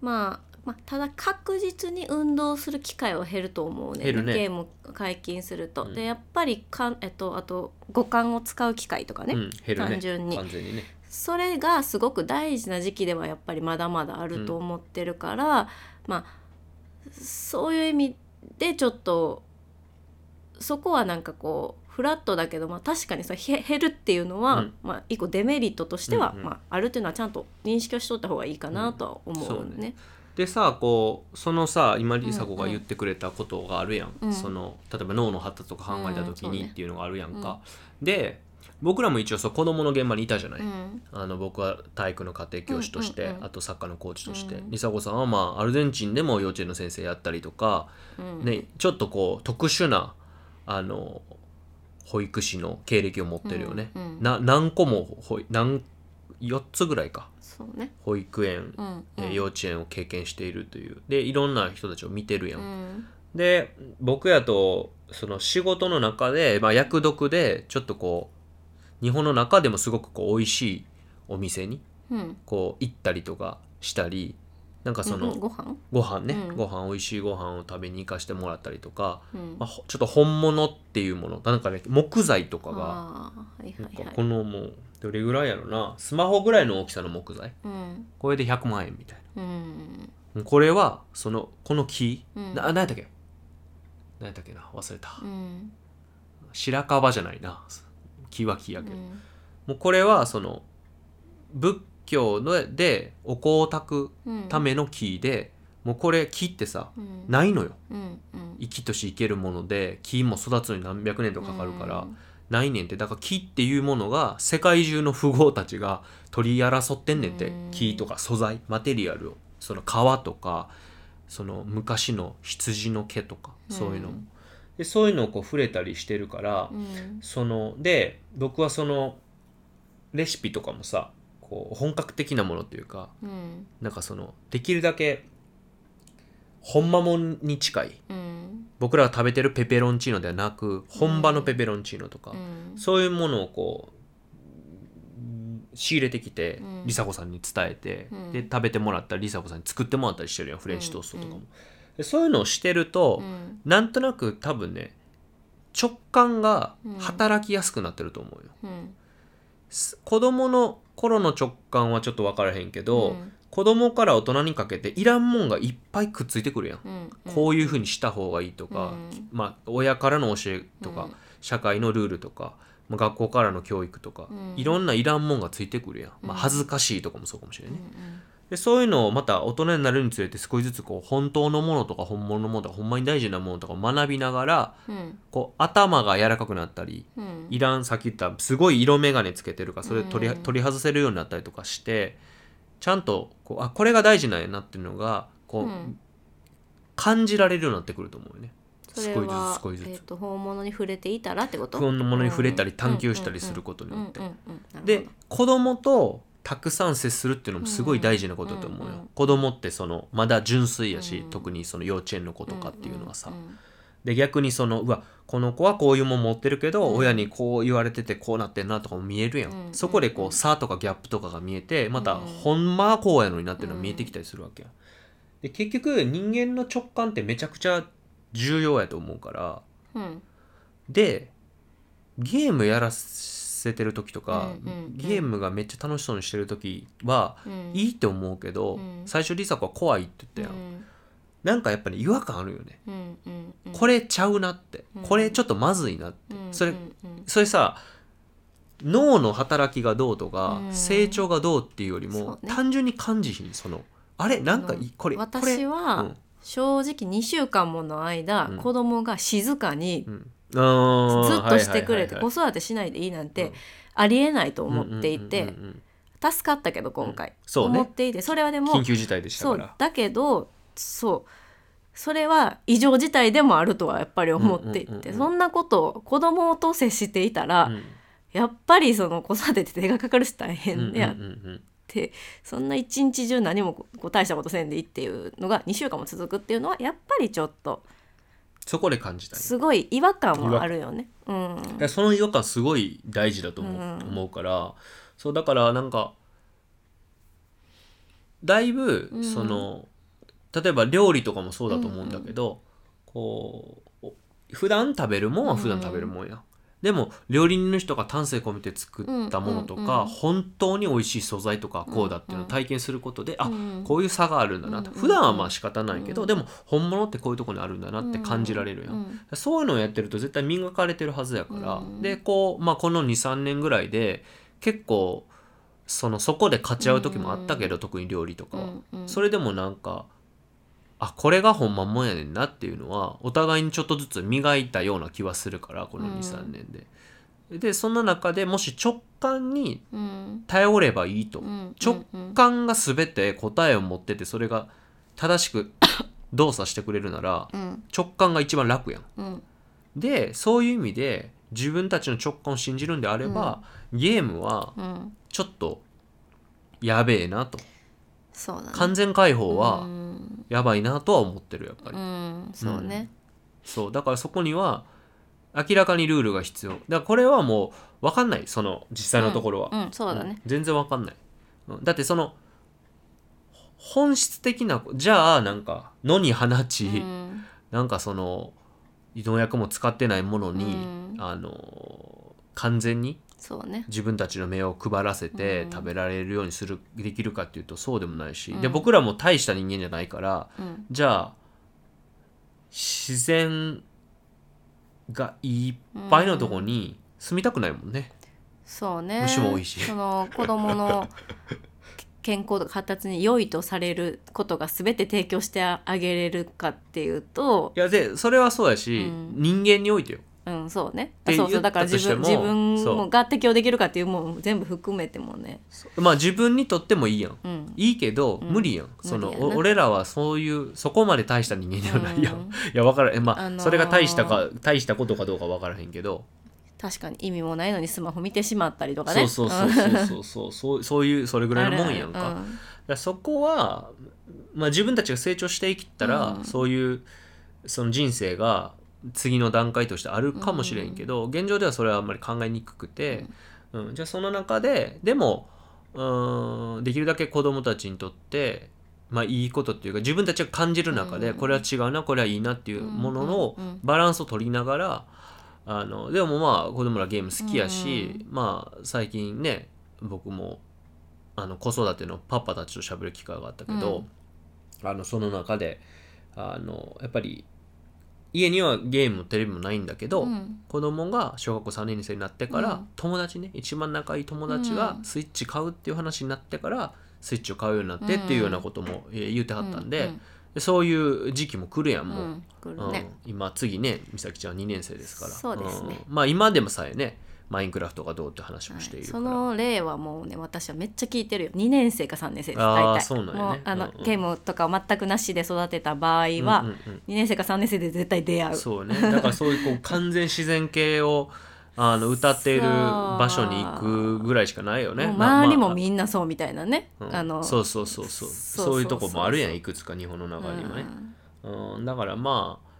Speaker 2: まあまあ、ただ確実に運動する機会は減ると思うね
Speaker 1: 減るね
Speaker 2: ゲームを解禁すると、
Speaker 1: うん
Speaker 2: でやっぱりか、えっと、あと五感を使う機会とかね、
Speaker 1: うん、減るね
Speaker 2: 単純に
Speaker 1: 完全にね
Speaker 2: それがすごく大事な時期ではやっぱりまだまだあると思ってるから、まあそういう意味でちょっとそこはなんかこうフラットだけど、まあ、確かにそれへ減るっていうのは、
Speaker 1: うん
Speaker 2: まあ、一個デメリットとしては、
Speaker 1: うんうん
Speaker 2: まあ、あるっていうのはちゃんと認識をしとった方がいいかなとは思うよ
Speaker 1: うんそう
Speaker 2: ね。
Speaker 1: でさこうそのさ今梨紗子が言ってくれたことがあるやん、
Speaker 2: うん
Speaker 1: その例えば脳の発達とか考えた時
Speaker 2: うんそう
Speaker 1: に
Speaker 2: ね
Speaker 1: っていうのがあるやんか、で僕らも一応そう子供の現場にいたじゃない、
Speaker 2: うん
Speaker 1: あの僕は体育の家庭教師として、
Speaker 2: うんうんうん
Speaker 1: あとサッカーのコーチとして、
Speaker 2: うん
Speaker 1: 梨紗子さんはまあアルゼンチンでも幼稚園の先生やったりとか、
Speaker 2: うん
Speaker 1: ね、ちょっとこう特殊なあの保育士の経歴を持ってるよね、
Speaker 2: うんうん
Speaker 1: な何個も保何4つぐらいか
Speaker 2: そうね、
Speaker 1: 保育園
Speaker 2: うん
Speaker 1: えー
Speaker 2: うん
Speaker 1: 幼稚園を経験しているというでいろんな人たちを見てるやん、
Speaker 2: うん
Speaker 1: で僕やとその仕事の中で、まあ、役読でちょっとこう日本の中でもすごくこう美味しいお店に
Speaker 2: うん
Speaker 1: こう行ったりとかしたりなんかそ
Speaker 2: うん
Speaker 1: の
Speaker 2: ご飯、
Speaker 1: ご飯ね、
Speaker 2: うん
Speaker 1: ご飯美味しいご飯を食べに行かしてもらったりとか、
Speaker 2: うん
Speaker 1: まあ、ほちょっと本物っていうものなんかね木材とかが
Speaker 2: あーはい
Speaker 1: な
Speaker 2: は
Speaker 1: ん
Speaker 2: い
Speaker 1: か
Speaker 2: はい
Speaker 1: このもうどれぐらいやろなスマホぐらいの大きさの木材
Speaker 2: うん
Speaker 1: これで100万円みたいな。
Speaker 2: うん
Speaker 1: これはそのこの木、
Speaker 2: うん
Speaker 1: な何やったっけ何やったっけな忘れた、
Speaker 2: うん
Speaker 1: 白樺じゃないな木は木や
Speaker 2: う
Speaker 1: けど、も
Speaker 2: ん
Speaker 1: うこれはその仏教のでお香を焚く
Speaker 2: うん
Speaker 1: ための木で、もうこれ木ってさ
Speaker 2: うん
Speaker 1: ないのよ
Speaker 2: うんうん
Speaker 1: 生きとし生けるもので木も育つのに何百年とかかるから、
Speaker 2: うん
Speaker 1: ないねんってだから木っていうものが世界中の富豪たちが取り争ってんねんって、
Speaker 2: うん
Speaker 1: 木とか素材マテリアルをその革とかその昔の羊の毛とかそういうのも、
Speaker 2: うん
Speaker 1: でそういうのをこう触れたりしてるから、
Speaker 2: うん
Speaker 1: そので僕はそのレシピとかもさこう本格的なものというか
Speaker 2: うん
Speaker 1: なんかそのできるだけ本間もんに近い
Speaker 2: うん
Speaker 1: 僕らが食べてるペペロンチーノではなく本場のペペロンチーノとか、
Speaker 2: うん
Speaker 1: そういうものをこう仕入れてきて、
Speaker 2: うん
Speaker 1: 梨紗子さんに伝えて、
Speaker 2: うん
Speaker 1: で食べてもらったり梨紗子さんに作ってもらったりしてるやんフレンチトーストとかも、
Speaker 2: うん
Speaker 1: でそういうのをしてると、
Speaker 2: うん
Speaker 1: なんとなく多分ね直感が
Speaker 2: うん
Speaker 1: 働きやすくなってると思うよ、
Speaker 2: うん
Speaker 1: す子供の頃の直感はちょっと分からへんけど、子供から大人にかけていらんもんがいっぱいくっついてくるやん、
Speaker 2: うん
Speaker 1: こういうふうにした方がいいとか、
Speaker 2: うん
Speaker 1: まあ親からの教えとか、
Speaker 2: うん
Speaker 1: 社会のルールとか、まあ、学校からの教育とか、
Speaker 2: うん
Speaker 1: いろんないらんもんがついてくるやん、まあ、
Speaker 2: うん
Speaker 1: 恥ずかしいとかもそうかもしれ
Speaker 2: う
Speaker 1: ない、ね
Speaker 2: ん
Speaker 1: でそういうのをまた大人になるにつれて少しずつこう本当のものとか本物のものとかほんまに大事なものとかを学びながら
Speaker 2: うん
Speaker 1: こう頭が柔らかくなったり
Speaker 2: うん
Speaker 1: いらんさっき言ったすごい色眼鏡つけてるからそれ取り,、
Speaker 2: うん
Speaker 1: 取り外せるようになったりとかしてちゃんとこうあこれが大事なんやなっていうのがこう、
Speaker 2: うん
Speaker 1: 感じられるようになってくると思うよね。
Speaker 2: そ
Speaker 1: 少
Speaker 2: れ
Speaker 1: しず
Speaker 2: は
Speaker 1: つ少しず
Speaker 2: えっ
Speaker 1: つ。
Speaker 2: と本物に触れていたらってこと
Speaker 1: 不穏なものに触れたり
Speaker 2: うん
Speaker 1: 探求したりすることによって
Speaker 2: うんうんうんなるほど
Speaker 1: で子供とたくさん接するっていうのもすごい大事なことだと思うよ、
Speaker 2: うんうん
Speaker 1: 子供ってそのまだ純粋やし、
Speaker 2: うん
Speaker 1: 特にその幼稚園の子とかっていうのはさ、
Speaker 2: んん
Speaker 1: で逆にそのうわこの子はこういうもん持ってるけど、
Speaker 2: うん
Speaker 1: 親にこう言われててこうなってんなとかも見えるやん、
Speaker 2: うん
Speaker 1: そこでこう差とかギャップとかが見えてまた
Speaker 2: うん
Speaker 1: ほんまはこうやのになってるのが見えてきたりするわけやんで結局人間の直感ってめちゃくちゃ重要やと思うから
Speaker 2: うん
Speaker 1: でゲームやらせてる時とか、
Speaker 2: うんうんうん
Speaker 1: ゲームがめっちゃ楽しそうにしてる時は、
Speaker 2: うん
Speaker 1: いいって思うけど、
Speaker 2: うん
Speaker 1: 最初リサ子は怖いって言ったやん、なんかやっぱり違和感あるよね、
Speaker 2: うんうんうん
Speaker 1: これちゃうなって
Speaker 2: うん
Speaker 1: これちょっとまずいなって、
Speaker 2: うん
Speaker 1: それ
Speaker 2: うんうん
Speaker 1: それさ脳の働きがどうとか、
Speaker 2: うん
Speaker 1: 成長がどうっていうよりも、
Speaker 2: そうね
Speaker 1: 単純に感じひんそのあれなんかい
Speaker 2: あの
Speaker 1: これこれ
Speaker 2: 私は正直2週間もの間、
Speaker 1: うん
Speaker 2: 子供が静かに
Speaker 1: うん
Speaker 2: ず
Speaker 1: うん
Speaker 2: っとしてくれて
Speaker 1: はい
Speaker 2: 子
Speaker 1: は
Speaker 2: 育てしないでいいなん
Speaker 1: うん
Speaker 2: てありえないと
Speaker 1: いはい
Speaker 2: 思ってい
Speaker 1: うんう
Speaker 2: て
Speaker 1: んうんうん
Speaker 2: 助かったけど今回、
Speaker 1: そう
Speaker 2: 思っ
Speaker 1: ね
Speaker 2: ていてそれはでも
Speaker 1: 緊急事態でした
Speaker 2: そ
Speaker 1: か
Speaker 2: う
Speaker 1: ら
Speaker 2: だけどそうそれは異常事態でもあるとはやっぱり思って
Speaker 1: う
Speaker 2: いて、
Speaker 1: んうんうんうん
Speaker 2: そんなことを子供と接していたら、
Speaker 1: うん
Speaker 2: やっぱりその子育てって手がかかるし
Speaker 1: うんうん
Speaker 2: 大 変
Speaker 1: うん
Speaker 2: であって、そんな一日中何もこう大したことせんでいいっていうのが2週間も続くっていうのはやっぱりちょっと
Speaker 1: そこで感じたい
Speaker 2: すごい違和感はあるよね。うん、
Speaker 1: だからその違和感すごい大事だと思う,、
Speaker 2: うん
Speaker 1: 思うからそうだからなんかだいぶ
Speaker 2: うん
Speaker 1: その、例えば料理とかもそうだと思うんだけど、こうお普段食べるもんは普段食べるもんや、でも料理人の人が丹精込めて作ったものとか、
Speaker 2: うんうんうん
Speaker 1: 本当に美味しい素材とかこうだっていうのを体験することで、あ
Speaker 2: うん
Speaker 1: こういう差があるんだなって、
Speaker 2: うんうんうん
Speaker 1: 普段はまあ仕方ないけど、
Speaker 2: うん
Speaker 1: でも本物ってこういうとこにあるんだなって感じられるやん
Speaker 2: う、ん
Speaker 1: そういうのをやってると絶対磨かれてるはずやから、
Speaker 2: うん
Speaker 1: でこう、まあ、この23年ぐらいで結構そのそこで勝ち合う時もあったけど、特に料理とかは、
Speaker 2: うん
Speaker 1: それでもなんかあこれがほんまもんやねんなっていうのはお互いにちょっとずつ磨いたような気はするからこの
Speaker 2: うん
Speaker 1: 23年で、でそんな中でもし直感に
Speaker 2: うん
Speaker 1: 頼ればいいと、
Speaker 2: うん
Speaker 1: 直
Speaker 2: うん
Speaker 1: 感が全て答えを持っててそれが正しく 動作してくれるなら
Speaker 2: うん
Speaker 1: 直感が一番楽やん
Speaker 2: うん
Speaker 1: でそういう意味で自分たちの直感を信じるんであれば、ゲームは
Speaker 2: うん
Speaker 1: ちょっとやべえなと
Speaker 2: そうだね
Speaker 1: 完全解放
Speaker 2: う
Speaker 1: は
Speaker 2: ん
Speaker 1: やばいなとは思ってるやっぱり、
Speaker 2: うんそうね
Speaker 1: そうだからそこには明らかにルールが必要だからこれはもう分かんないその実際のところは、
Speaker 2: うんそうだね
Speaker 1: ん全然分かんない、うんだってそのほ本質的なじゃあなんか野に放ち、
Speaker 2: うん
Speaker 1: なんかその農薬も使ってないものに、
Speaker 2: うん
Speaker 1: あの完全に
Speaker 2: そうね
Speaker 1: 自分たちの目を配らせて
Speaker 2: うん
Speaker 1: 食べられるようにする、できるかっていうとそうでもないし、で
Speaker 2: うん
Speaker 1: 僕らも大した人間じゃないから
Speaker 2: うん
Speaker 1: じゃあ自然がいっぱいのとこに住みたくないもんね、
Speaker 2: そうね
Speaker 1: 虫も多いし
Speaker 2: その子 供の健康とか発達に良いとされることが全て提供してあげれるかっていうと
Speaker 1: いやでそれはそうやし、
Speaker 2: うん
Speaker 1: 人間においてよ
Speaker 2: うんそうね
Speaker 1: て
Speaker 2: そう
Speaker 1: 言
Speaker 2: そ
Speaker 1: っ
Speaker 2: う
Speaker 1: た
Speaker 2: だから
Speaker 1: とし
Speaker 2: 自
Speaker 1: て
Speaker 2: 分
Speaker 1: も
Speaker 2: 自分
Speaker 1: そう
Speaker 2: もが適応できるかっていうもん全部含めてもね
Speaker 1: まあ自分にとってもいいやん
Speaker 2: うん
Speaker 1: いいけど、
Speaker 2: うん
Speaker 1: 無理やんその
Speaker 2: 無理やな
Speaker 1: お俺らはそういうそこまで大した人間ではないやん、
Speaker 2: うん
Speaker 1: いや分からんえまあ、
Speaker 2: あのー
Speaker 1: それが大したか大したことかどうか分からへんけど
Speaker 2: 確かに意味もないのにスマホ見てしまったりとか
Speaker 1: そ
Speaker 2: ね
Speaker 1: うそうそうそうそう そうそうそういうそれぐらいのもんやんか,、だ
Speaker 2: ある
Speaker 1: か
Speaker 2: あるうん
Speaker 1: らそこは、まあ、自分たちが成長していったら、
Speaker 2: うん
Speaker 1: そういうその人生が次の段階としてあるかもしれんけど、現状ではそれはあんまり考えにくくて、うんじゃあその中ででもうーんできるだけ子どもたちにとってまあいいことっていうか自分たちが感じる中で、
Speaker 2: うん
Speaker 1: これは違うなこれはいいなっていうものの、
Speaker 2: うんうん
Speaker 1: バランスを取りながらあのでもまあ子供らゲーム好きやし、まあ最近ね僕もあの子育てのパパたちと喋る機会があったけど、あのその中であのやっぱり家にはゲームもテレビもないんだけど、
Speaker 2: うん
Speaker 1: 子供が小学校3年生になってから、
Speaker 2: うん
Speaker 1: 友達ね一番仲いい友達が
Speaker 2: うん
Speaker 1: スイッチ買うっていう話になってからスイッチを買うようになってっていうようなこともえー言うてはったんで、でそういう時期も来るやん
Speaker 2: うんう
Speaker 1: もう。
Speaker 2: んうん来
Speaker 1: う
Speaker 2: る
Speaker 1: ん
Speaker 2: ね
Speaker 1: 今次ね美咲ちゃんは2年生ですから
Speaker 2: そうですね
Speaker 1: うんまあ今でもさえねマインクラフトがどうって話
Speaker 2: は
Speaker 1: もしてい
Speaker 2: い
Speaker 1: るか
Speaker 2: そ
Speaker 1: ら、
Speaker 2: の例はもうね私はめっちゃ聞いてるよ2年生か3年生です
Speaker 1: あー
Speaker 2: 大体
Speaker 1: そうなんやね
Speaker 2: もうあの、
Speaker 1: うんうん
Speaker 2: ゲームとかを全くなしで育てた場合は、
Speaker 1: うん
Speaker 2: 二
Speaker 1: うんう
Speaker 2: 2
Speaker 1: ん
Speaker 2: 年生か3年生で絶対出会う
Speaker 1: そうねだからそういうこう完全自然系 をあの歌っている場所に行くぐらいしかないよね
Speaker 2: もう
Speaker 1: まあ
Speaker 2: 周り
Speaker 1: ま
Speaker 2: も
Speaker 1: あ
Speaker 2: みんなそうみたいなね、
Speaker 1: うん
Speaker 2: あの
Speaker 1: そうそうそうそう
Speaker 2: そうそうそう
Speaker 1: そういうとこもあるやんいくつか日本の
Speaker 2: う
Speaker 1: 中にはね、
Speaker 2: ん
Speaker 1: うん、だからまあ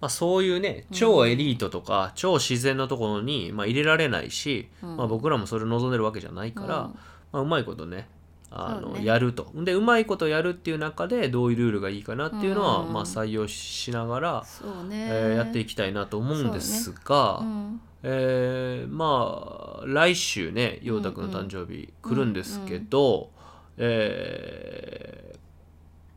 Speaker 1: まあそういうね超エリートとか、超自然なところに、まあ、入れられないし、
Speaker 2: うん
Speaker 1: まあ、僕らもそれを望んでるわけじゃないから、
Speaker 2: うん
Speaker 1: まあ、うまいことねああの、
Speaker 2: そうね
Speaker 1: やるとでうまいことやるっていう中でどういうルールがいいかなっていうのは、
Speaker 2: うん
Speaker 1: まあ、採用しながら、
Speaker 2: そうね、
Speaker 1: えーやっていきたいなと思うんですが、
Speaker 2: うん
Speaker 1: えーまあ来週ね陽太くんの誕生日来るんですけど、えー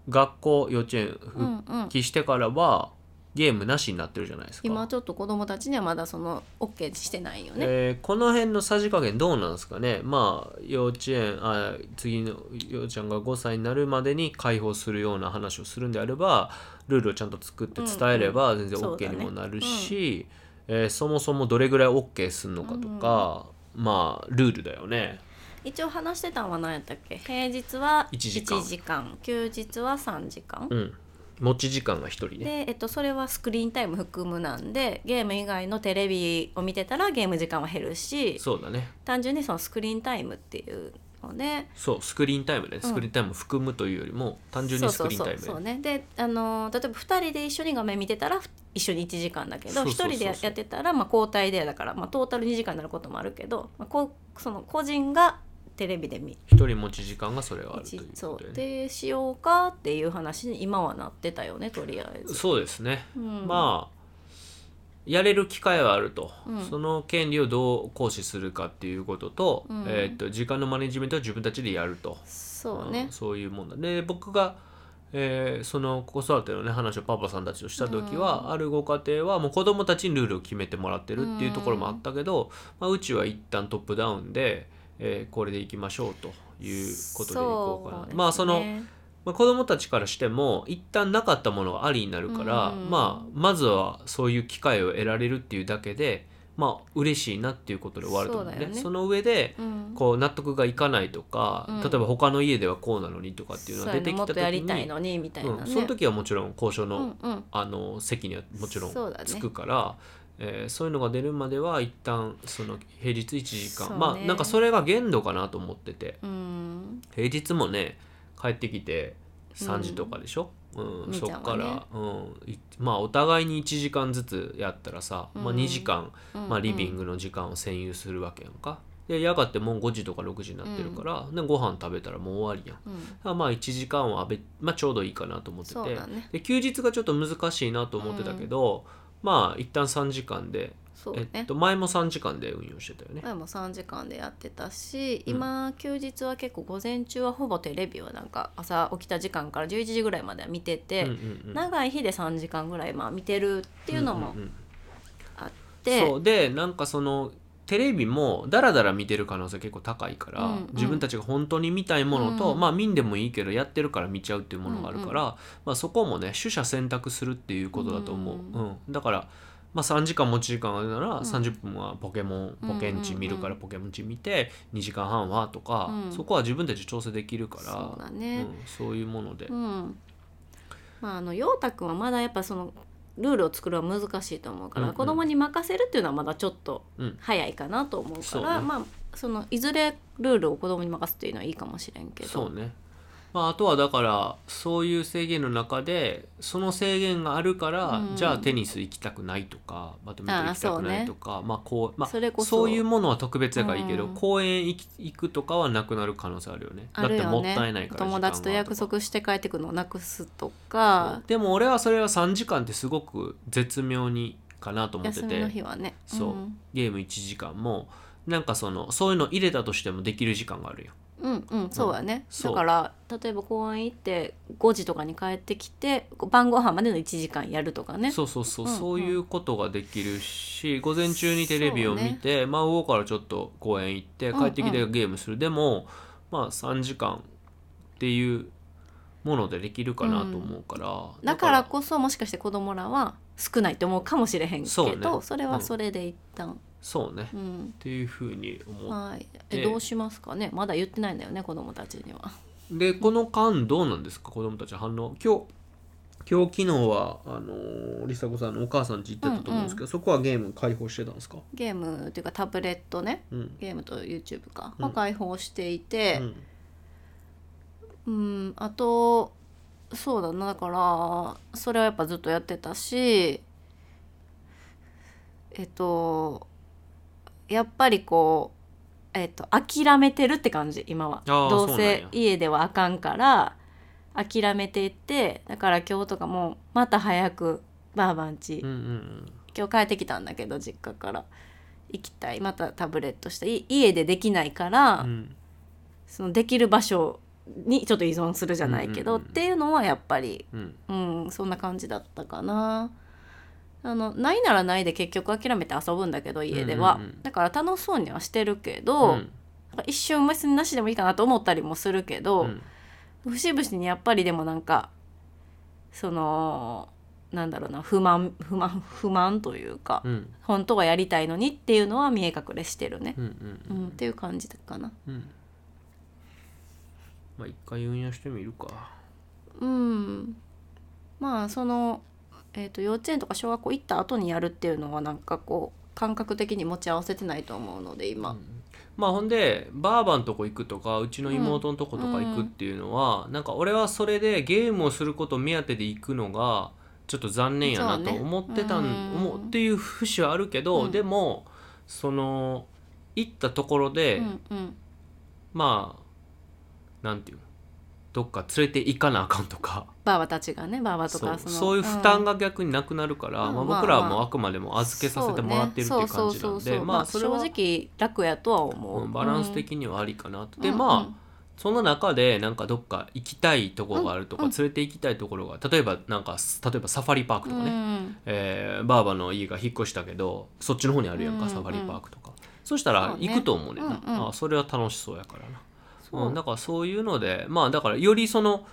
Speaker 1: 学校幼稚園
Speaker 2: う
Speaker 1: 復
Speaker 2: んうん、
Speaker 1: 帰してからはゲームなしになってるじゃないですか。
Speaker 2: 今ちょっと子供たちにはまだその OK してないよね、
Speaker 1: えーこの辺のさじ加減どうなんですかねまあ幼稚園あ次の幼ちゃんが5歳になるまでに解放するような話をするんであればルールをちゃんと作って伝えれば全然
Speaker 2: そうだ
Speaker 1: OK
Speaker 2: ね
Speaker 1: にもなるしそ,、えーそもそもどれぐらい OK するのかとか、まあルールだよね
Speaker 2: 一応話してたんは何やったっけ平日は
Speaker 1: 一時間
Speaker 2: 一間休日は3時間、
Speaker 1: うん持ち時間が1人ね
Speaker 2: で、えっと、それはスクリーンタイム含むなんでゲーム以外のテレビを見てたらゲーム時間は減るし
Speaker 1: そうだね
Speaker 2: 単純にそのスクリーンタイムっていうので
Speaker 1: そうスクリーンタイムねスクリーンタイムを含むというよりも単純にスクリーンタイムね
Speaker 2: そうそうそうそうねであのー例えば2人で一緒に画面見てたらふ一緒に1時間だけど
Speaker 1: そう
Speaker 2: 1
Speaker 1: そうそうそう
Speaker 2: 人でやってたら、まあ、交代でだから、まあ、トータル2時間になることもあるけど、まあ、こうその個人がテレビで見
Speaker 1: 一人持ち時間がそれがあるというこ
Speaker 2: そ
Speaker 1: と
Speaker 2: う
Speaker 1: でね
Speaker 2: でしようかっていう話に今はなってたよねとりあえず。
Speaker 1: そうですね
Speaker 2: うん、
Speaker 1: まあやれる機会はあると、
Speaker 2: うん
Speaker 1: その権利をどう行使するかっていうことと,、
Speaker 2: うん
Speaker 1: えーっと時間のマネジメントは自分たちでやると
Speaker 2: そう
Speaker 1: う
Speaker 2: ね
Speaker 1: ん、そういうもんだで僕が、えーその子育てのね話をパパさんたちとした時は、あるご家庭はもう子供たちにルールを決めてもらってるっていうところもあったけど、うまあ、うちは一旦トップダウンで、えーこれでいきましょうということでいこうかな。
Speaker 2: そですね
Speaker 1: まあそのまあ、子供たちからしても一旦なかったものがありになるから、
Speaker 2: うん
Speaker 1: まあ、まずはそういう機会を得られるっていうだけでまあ嬉しいなっていうことで終わると思うね
Speaker 2: そう
Speaker 1: そ
Speaker 2: だよね
Speaker 1: の上で
Speaker 2: うん
Speaker 1: こう納得がいかないとか、
Speaker 2: うん
Speaker 1: 例えば他の家ではこうなのにとかっていうのが出てき
Speaker 2: そうやねも
Speaker 1: た
Speaker 2: っ
Speaker 1: 時
Speaker 2: とやり
Speaker 1: に
Speaker 2: たいのにみたいなね、
Speaker 1: うん、その時はもちろん交渉の,、
Speaker 2: うんうん
Speaker 1: あの席にはもちろん
Speaker 2: そうだね
Speaker 1: つくからそう,、えーそういうのが出るまでは一旦その平日1時間、
Speaker 2: そうね
Speaker 1: まあなんかそれが限度かなと思ってて。
Speaker 2: うん
Speaker 1: 平日もね帰ってきて3時とかでしょ、うん
Speaker 2: みー
Speaker 1: そ
Speaker 2: ちゃ
Speaker 1: っ
Speaker 2: んは
Speaker 1: か
Speaker 2: ね
Speaker 1: ら、うん、いまあお互いに1時間ずつやったらさ、まあ、
Speaker 2: うん
Speaker 1: 2時間、
Speaker 2: うん
Speaker 1: まあ、リビングの時間を占有するわけやんか。でやがてもう5時とか6時になってるから、でご飯食べたらもう終わりやん。
Speaker 2: うん
Speaker 1: あまあ1時間はあべ、まあ、ちょうどいいかなと思って
Speaker 2: そう
Speaker 1: て、
Speaker 2: だね
Speaker 1: で休日がちょっと難しいなと思ってたけど、まあ一旦3時間で、
Speaker 2: そうね、
Speaker 1: えっと、前も3時間で運用してたよね。
Speaker 2: 前も3時間でやってたし
Speaker 1: うん
Speaker 2: 今休日は結構午前中はほぼテレビをなんか朝起きた時間から11時ぐらいまでは見てて、
Speaker 1: うんうんうん
Speaker 2: 長い日で3時間ぐらいまあ見てるっていうの
Speaker 1: う
Speaker 2: も
Speaker 1: んうんうん
Speaker 2: あって、
Speaker 1: そうでなんかそのテレビもダラダラ見てる可能性結構高いから、
Speaker 2: うんうん
Speaker 1: 自分たちが本当に見たいものと、
Speaker 2: うん
Speaker 1: まあ見んでもいいけどやってるから見ちゃうっていうものがあるから、
Speaker 2: う
Speaker 1: まあ、そこもね取捨選択するっていうことだと思う、
Speaker 2: うん
Speaker 1: うんだから、まあ、3時間持ち時間があるなら
Speaker 2: ん
Speaker 1: 30分はポケモンポケンチ見るから
Speaker 2: うんうんうん
Speaker 1: ポケモンチ見て2時間半はとか、
Speaker 2: うん
Speaker 1: そこは自分たちで調整できるから
Speaker 2: そうだ
Speaker 1: う
Speaker 2: ね、
Speaker 1: ん、そういうもので、
Speaker 2: うんまああの陽太くんはまだやっぱそのルールを作るのは難しいと思うから、
Speaker 1: うんうん
Speaker 2: 子供に任せるっていうのはまだちょっと
Speaker 1: うん
Speaker 2: 早いかなと思うか
Speaker 1: そう
Speaker 2: ら、
Speaker 1: ね
Speaker 2: まあそのいずれルールを子供に任すっていうのはいいかもしれんけど
Speaker 1: そうね、まあ、あとはだからそういう制限の中でその制限があるから、
Speaker 2: うん
Speaker 1: じゃあテニス行きたくないとかバドミントン行きたくないとかまあこうまあ
Speaker 2: それこそ
Speaker 1: そういうものは特別やからいいけど、
Speaker 2: うん
Speaker 1: 公園行き行くとかはなくなる可能性あるよね
Speaker 2: ある
Speaker 1: だって
Speaker 2: よ
Speaker 1: も
Speaker 2: ね
Speaker 1: ったいないから
Speaker 2: 友達と約
Speaker 1: 時間が
Speaker 2: 束して帰ってくるのをなくすと
Speaker 1: と
Speaker 2: か
Speaker 1: かでも俺はそれは3時間ってすごく絶妙にかなと思って
Speaker 2: 休みの
Speaker 1: て
Speaker 2: 日はね
Speaker 1: そうゲーム1時間もなんかそのそういうの入れたとしてもできる時間があるよ
Speaker 2: うん、うんうんそうやね、
Speaker 1: そう
Speaker 2: だから例えば公園行って5時とかに帰ってきて晩ご飯までの1時間やるとかね
Speaker 1: そうそうそう、
Speaker 2: うんうん
Speaker 1: そういうことができるし午前中にテレビを見て、まあ午後からちょっと公園行って
Speaker 2: うんうん
Speaker 1: 帰ってきてゲームする、でもまあ3時間っていうものでできるかなと思うから、
Speaker 2: だからこそもしかして子供らは少ないと思うかもしれへんけ
Speaker 1: そう
Speaker 2: ど、
Speaker 1: ね
Speaker 2: それはそれで一旦、
Speaker 1: そうね、
Speaker 2: う
Speaker 1: っ
Speaker 2: ん
Speaker 1: ていうふうに思う、
Speaker 2: はい
Speaker 1: で
Speaker 2: えどうしますかねまだ言ってないんだよね子供たちには。
Speaker 1: でこの間どうなんですか子供たちの反応今日今日昨日はあのー梨紗子さんのお母さん家行ってたと思うんですけど、そこはゲーム開放してたんですか、
Speaker 2: ゲームっていうかタブレットね
Speaker 1: うん
Speaker 2: ゲームと YouTube か、
Speaker 1: うん
Speaker 2: まあ、開放していうて、
Speaker 1: ん、
Speaker 2: うんあとそうだなだからそれはやっぱずっとやってたしえっとやっぱりこうえっと、諦めてるって感じ今は
Speaker 1: あーそう
Speaker 2: ど
Speaker 1: うなん
Speaker 2: せ
Speaker 1: や
Speaker 2: 家ではあかんから諦めていってだから今日とかもまた早くばあばんち、
Speaker 1: うんうんうん
Speaker 2: 今日帰ってきたんだけど実家から行きたいまたタブレットしたい家でできないから、
Speaker 1: うん
Speaker 2: そのできる場所にちょっと依存するじゃないけ
Speaker 1: う
Speaker 2: ど、
Speaker 1: んうんうん
Speaker 2: っていうのはやっぱり
Speaker 1: うん
Speaker 2: うんそんな感じだったかなあのないならないで結局諦めて遊ぶんだけど家では、
Speaker 1: うんうんうん
Speaker 2: だから楽しそうにはしてるけ
Speaker 1: う
Speaker 2: ど、
Speaker 1: ん
Speaker 2: なんか一瞬別になしでもいいかなと思ったりもするけど、
Speaker 1: うん
Speaker 2: 節々にやっぱりでもなんかそのなんだろうな不満不満不満というか、
Speaker 1: うん
Speaker 2: 本当はやりたいのにっていうのは見え隠れしてるね、
Speaker 1: うんう
Speaker 2: う
Speaker 1: んん
Speaker 2: っていう感じかな
Speaker 1: うんまあ一回運用してみるか
Speaker 2: うんまあその、えー、と幼稚園とか小学校行った後にやるっていうのはなんかこう感覚的に持ち合わせてないと思うので今、
Speaker 1: まあほんでばあばんとこ行くとかうちの妹のとことか行くっていうのは、なんか俺はそれでゲームをすること目当てで行くのがちょっと残念やな
Speaker 2: そう
Speaker 1: と
Speaker 2: ね
Speaker 1: 思ってたん、
Speaker 2: うん
Speaker 1: 思っていう節はあるけど、
Speaker 2: うん
Speaker 1: でもその行ったところで、
Speaker 2: うんうん
Speaker 1: まあなんていうのどっか連れて行かなあかんとか
Speaker 2: ばあばたちがねばあばと
Speaker 1: そ
Speaker 2: か
Speaker 1: う
Speaker 2: の
Speaker 1: そういう負担
Speaker 2: ん
Speaker 1: が逆になくなるから、
Speaker 2: うん
Speaker 1: まあ、
Speaker 2: まあ
Speaker 1: 僕らは
Speaker 2: ま
Speaker 1: も
Speaker 2: あ
Speaker 1: うあくまでも預けさせてもらってるって
Speaker 2: そう
Speaker 1: いう
Speaker 2: ね
Speaker 1: 感じな
Speaker 2: そ
Speaker 1: ん
Speaker 2: うそうそう
Speaker 1: で
Speaker 2: そう
Speaker 1: ま
Speaker 2: ま
Speaker 1: あ
Speaker 2: あ
Speaker 1: それは、
Speaker 2: 正直楽やとは思う、
Speaker 1: うんバランス的にはありかなと。でまあ、その中でなんかどっか行きたいところがあるとか
Speaker 2: うん
Speaker 1: 連れて行きたいところが例えばなんか例えばサファリパークとかね、
Speaker 2: ね
Speaker 1: えーバーバの家が引っ越したけどそっちの方にあるやんか、
Speaker 2: うん
Speaker 1: サファリパークとかそしたら
Speaker 2: そうね
Speaker 1: 行くと思うねんな
Speaker 2: うんうん
Speaker 1: あそれは楽しそうやからな
Speaker 2: そう
Speaker 1: うんだからそういうのでまあだからよりその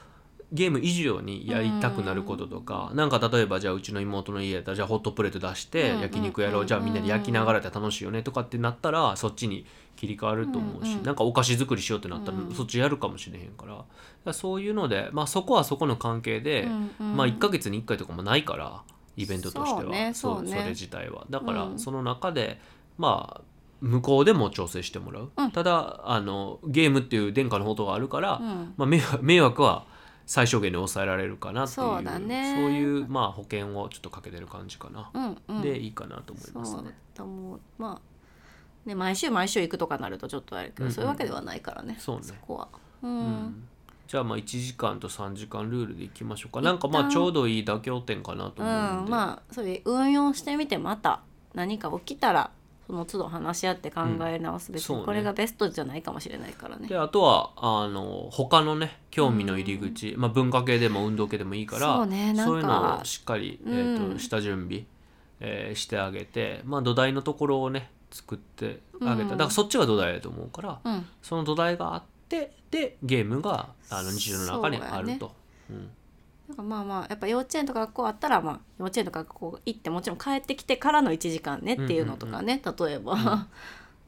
Speaker 1: ゲーム以上にやりたくなることとか、なんか例えばじゃあうちの妹の家やったらじゃあホットプレート出して
Speaker 2: うんうん
Speaker 1: 焼肉やろう、じゃあみんなで焼きながらやったら楽しいよねとかってなったらそっちに切り替わると思うし、
Speaker 2: うんうん
Speaker 1: なんかお菓子作りしようってなったら
Speaker 2: うん
Speaker 1: そっちやるかもしれへんからだからそういうので、まあ、そこはそこの関係で、まあ1ヶ月に1回とかもないからイベントとしては
Speaker 2: そうねそうね
Speaker 1: それ自体はだから、
Speaker 2: うん
Speaker 1: その中でまあ向こうでも調整してもらう、
Speaker 2: うん
Speaker 1: ただあのゲームっていう殿下のことがあるから、
Speaker 2: うん
Speaker 1: まあ、迷惑迷惑は最小限に抑えられるかなっていう
Speaker 2: そうだね
Speaker 1: そういう、まあ、保険をちょっとかけてる感じかな、
Speaker 2: うんうん、
Speaker 1: でいいかなと思い
Speaker 2: そ
Speaker 1: ます
Speaker 2: うだ
Speaker 1: ね
Speaker 2: と思うまあね毎週毎週行くとかなるとちょっとあるけ
Speaker 1: う
Speaker 2: ど、
Speaker 1: んうん
Speaker 2: そういうわけではないからね
Speaker 1: そうね
Speaker 2: こはう、
Speaker 1: うんんじゃあまあ1時間と3時間ルールでいきましょうかなんかまあちょうどいい妥協点かなと
Speaker 2: うん
Speaker 1: 思うんで、
Speaker 2: まあそれ運用してみてまた何か起きたらその都度話し合って考え直す、別
Speaker 1: そうね
Speaker 2: にこれがベストじゃないかもしれないからね
Speaker 1: であとはあの他のね興味の入り口、まあ、文化系でも運動系でもいいから
Speaker 2: そうねなんか
Speaker 1: そういうのをしっかり、えー
Speaker 2: う
Speaker 1: と
Speaker 2: ん
Speaker 1: 下準備、えーしてあげて、まあ、土台のところをね作ってあげた、
Speaker 2: うん
Speaker 1: だからそっちが土台だと思うから、
Speaker 2: うん
Speaker 1: その土台があってでゲームがあの日常の中にあると。うん
Speaker 2: なんかまあまあやっぱ幼稚園とか学校あったら、まあ、幼稚園とか学校行ってもちろん帰ってきてからの1時間ねっていうのとかね、例えば、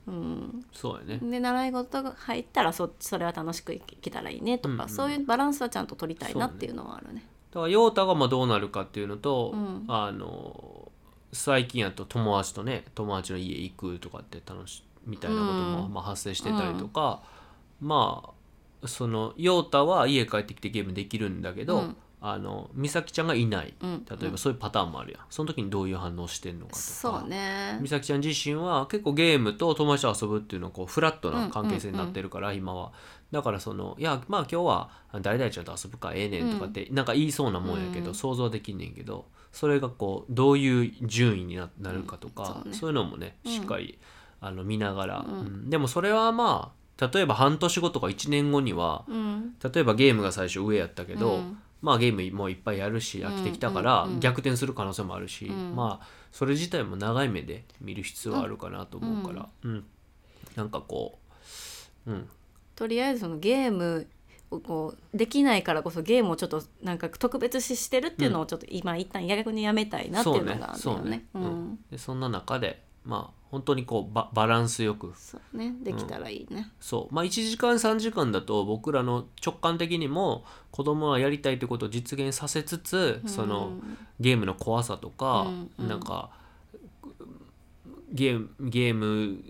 Speaker 2: うん
Speaker 1: そうやね、
Speaker 2: で習い事が入ったらそそれは楽しくいけたらいいねとか、
Speaker 1: うんうん
Speaker 2: そういうバランスはちゃんと取りたいなっていうのはあるね。
Speaker 1: だから陽太がまあどうなるかっていうのと、
Speaker 2: うん
Speaker 1: あの最近やと友達とね友達の家行くとかって楽しみたいなことも、
Speaker 2: うん
Speaker 1: まあ、発生してたりとか、まあその陽太は家帰ってきてゲームできるんだけど、
Speaker 2: うん
Speaker 1: あの美咲ちゃんがいない
Speaker 2: うん
Speaker 1: 例えばそういうパターンもあるやんその時にどういう反応してんのかとか
Speaker 2: そうね
Speaker 1: 美咲ちゃん自身は結構ゲームと友達と遊ぶっていうのはこうフラットな関係性になってるから、今はだからそのいやまあ今日は誰々ちゃんと遊ぶかええねんとかって、なんか言いそうなもんやけど、
Speaker 2: うん
Speaker 1: 想像はできんねんけどそれがこうどういう順位にななるかと
Speaker 2: うん
Speaker 1: か、
Speaker 2: そうね
Speaker 1: そういうのもね
Speaker 2: うん
Speaker 1: しっかり、あの見ながら、
Speaker 2: うん
Speaker 1: うんでもそれはまあ例えば半年後とか1年後には
Speaker 2: うん
Speaker 1: 例えばゲームが最初上やったけど、
Speaker 2: うん
Speaker 1: まあゲームもいっぱいやるし飽きてきたから
Speaker 2: うんうんうん
Speaker 1: 逆転する可能性もあるし、
Speaker 2: うん
Speaker 1: まあそれ自体も長い目で見る必要はあるかなと思うから、うんなんかこう、うん、
Speaker 2: とりあえずそのゲームをこうできないからこそゲームをちょっとなんか特別視してるっていうのをちょっと今一旦逆にやめたいなっていうのがあるんだよね。
Speaker 1: そううねそうねうん
Speaker 2: ん
Speaker 1: でそんな中でまあ本当にこうババランスよく
Speaker 2: そうねできたらいいね。
Speaker 1: そうまあ1時間3時間だと僕らの直感的にも子供はやりたいってことを実現させつつ、そのゲームの怖さとか、
Speaker 2: うんうん
Speaker 1: なんかゲームゲーム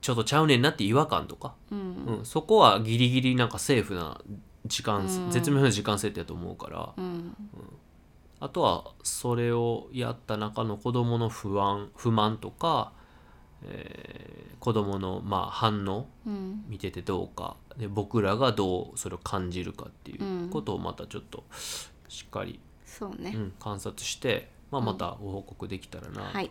Speaker 1: ちょっとちゃうねんなって違和感とか、
Speaker 2: うん
Speaker 1: うんそこはギリギリなんかセーフな時間、
Speaker 2: うん
Speaker 1: 絶妙な時間設定だと思うから
Speaker 2: うん
Speaker 1: あとはそれをやった中の子どもの不安不満とか、えー子供のまあ反応
Speaker 2: うん
Speaker 1: 見ててどうかで僕らがどうそれを感じるかっていうんうことをまたちょっとしっかり、
Speaker 2: そう
Speaker 1: う
Speaker 2: ね、
Speaker 1: ん、観察して、まあ、
Speaker 2: うん
Speaker 1: またご報告できたらな
Speaker 2: はい、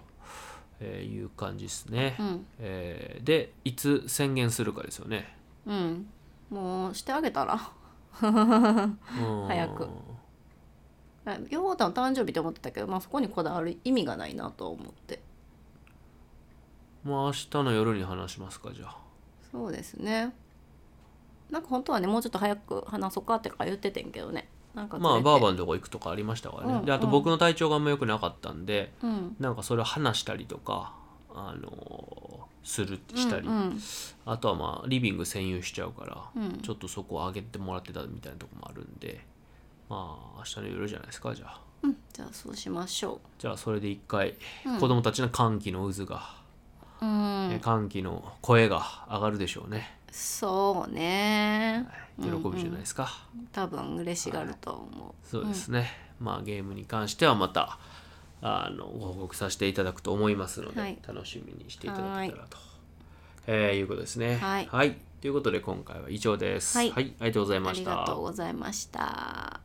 Speaker 1: という感じですね。
Speaker 2: うん
Speaker 1: えーでいつ宣言するかですよね。
Speaker 2: うんもうしてあげたら
Speaker 1: 早
Speaker 2: 早く両方とも誕生日と思ってたけど、まあ、そこにこだわる意味がないなと思って
Speaker 1: もう明日の夜に話しますかじゃあ。
Speaker 2: そうですねなんか本当はねもうちょっと早く話そうかってか言っててんけどねなんかずれ
Speaker 1: まあ
Speaker 2: て
Speaker 1: バーバンとこ行くとかありましたからね、
Speaker 2: うん
Speaker 1: であと
Speaker 2: うん
Speaker 1: 僕の体調があんま良くなかったんで
Speaker 2: うん
Speaker 1: なんかそれを話したりとか、あのーするしたり、
Speaker 2: うんうん
Speaker 1: あとはまあリビング占有しちゃうから、
Speaker 2: うん
Speaker 1: ちょっとそこを上げてもらってたみたいなとこもあるんでまあ明日の夜じゃないですかじゃあ
Speaker 2: うんじゃあそうしましょ
Speaker 1: じゃあそれで一回、
Speaker 2: うん
Speaker 1: 子供たちの歓喜の渦が、
Speaker 2: ううん、
Speaker 1: え歓喜の声が上がるでしょうね、
Speaker 2: そうね
Speaker 1: はい喜びじゃないですか、
Speaker 2: 多分嬉しがると思
Speaker 1: そうですね、まあゲームに関してはまたあのご報告させていただくと思いますので、
Speaker 2: はい
Speaker 1: 楽しみにしていただけたらと、えーいうことですね。
Speaker 2: はい
Speaker 1: ということで今回は以上です。
Speaker 2: はい、
Speaker 1: ありがとうございうま
Speaker 2: あ
Speaker 1: し
Speaker 2: り
Speaker 1: た。
Speaker 2: がとうございました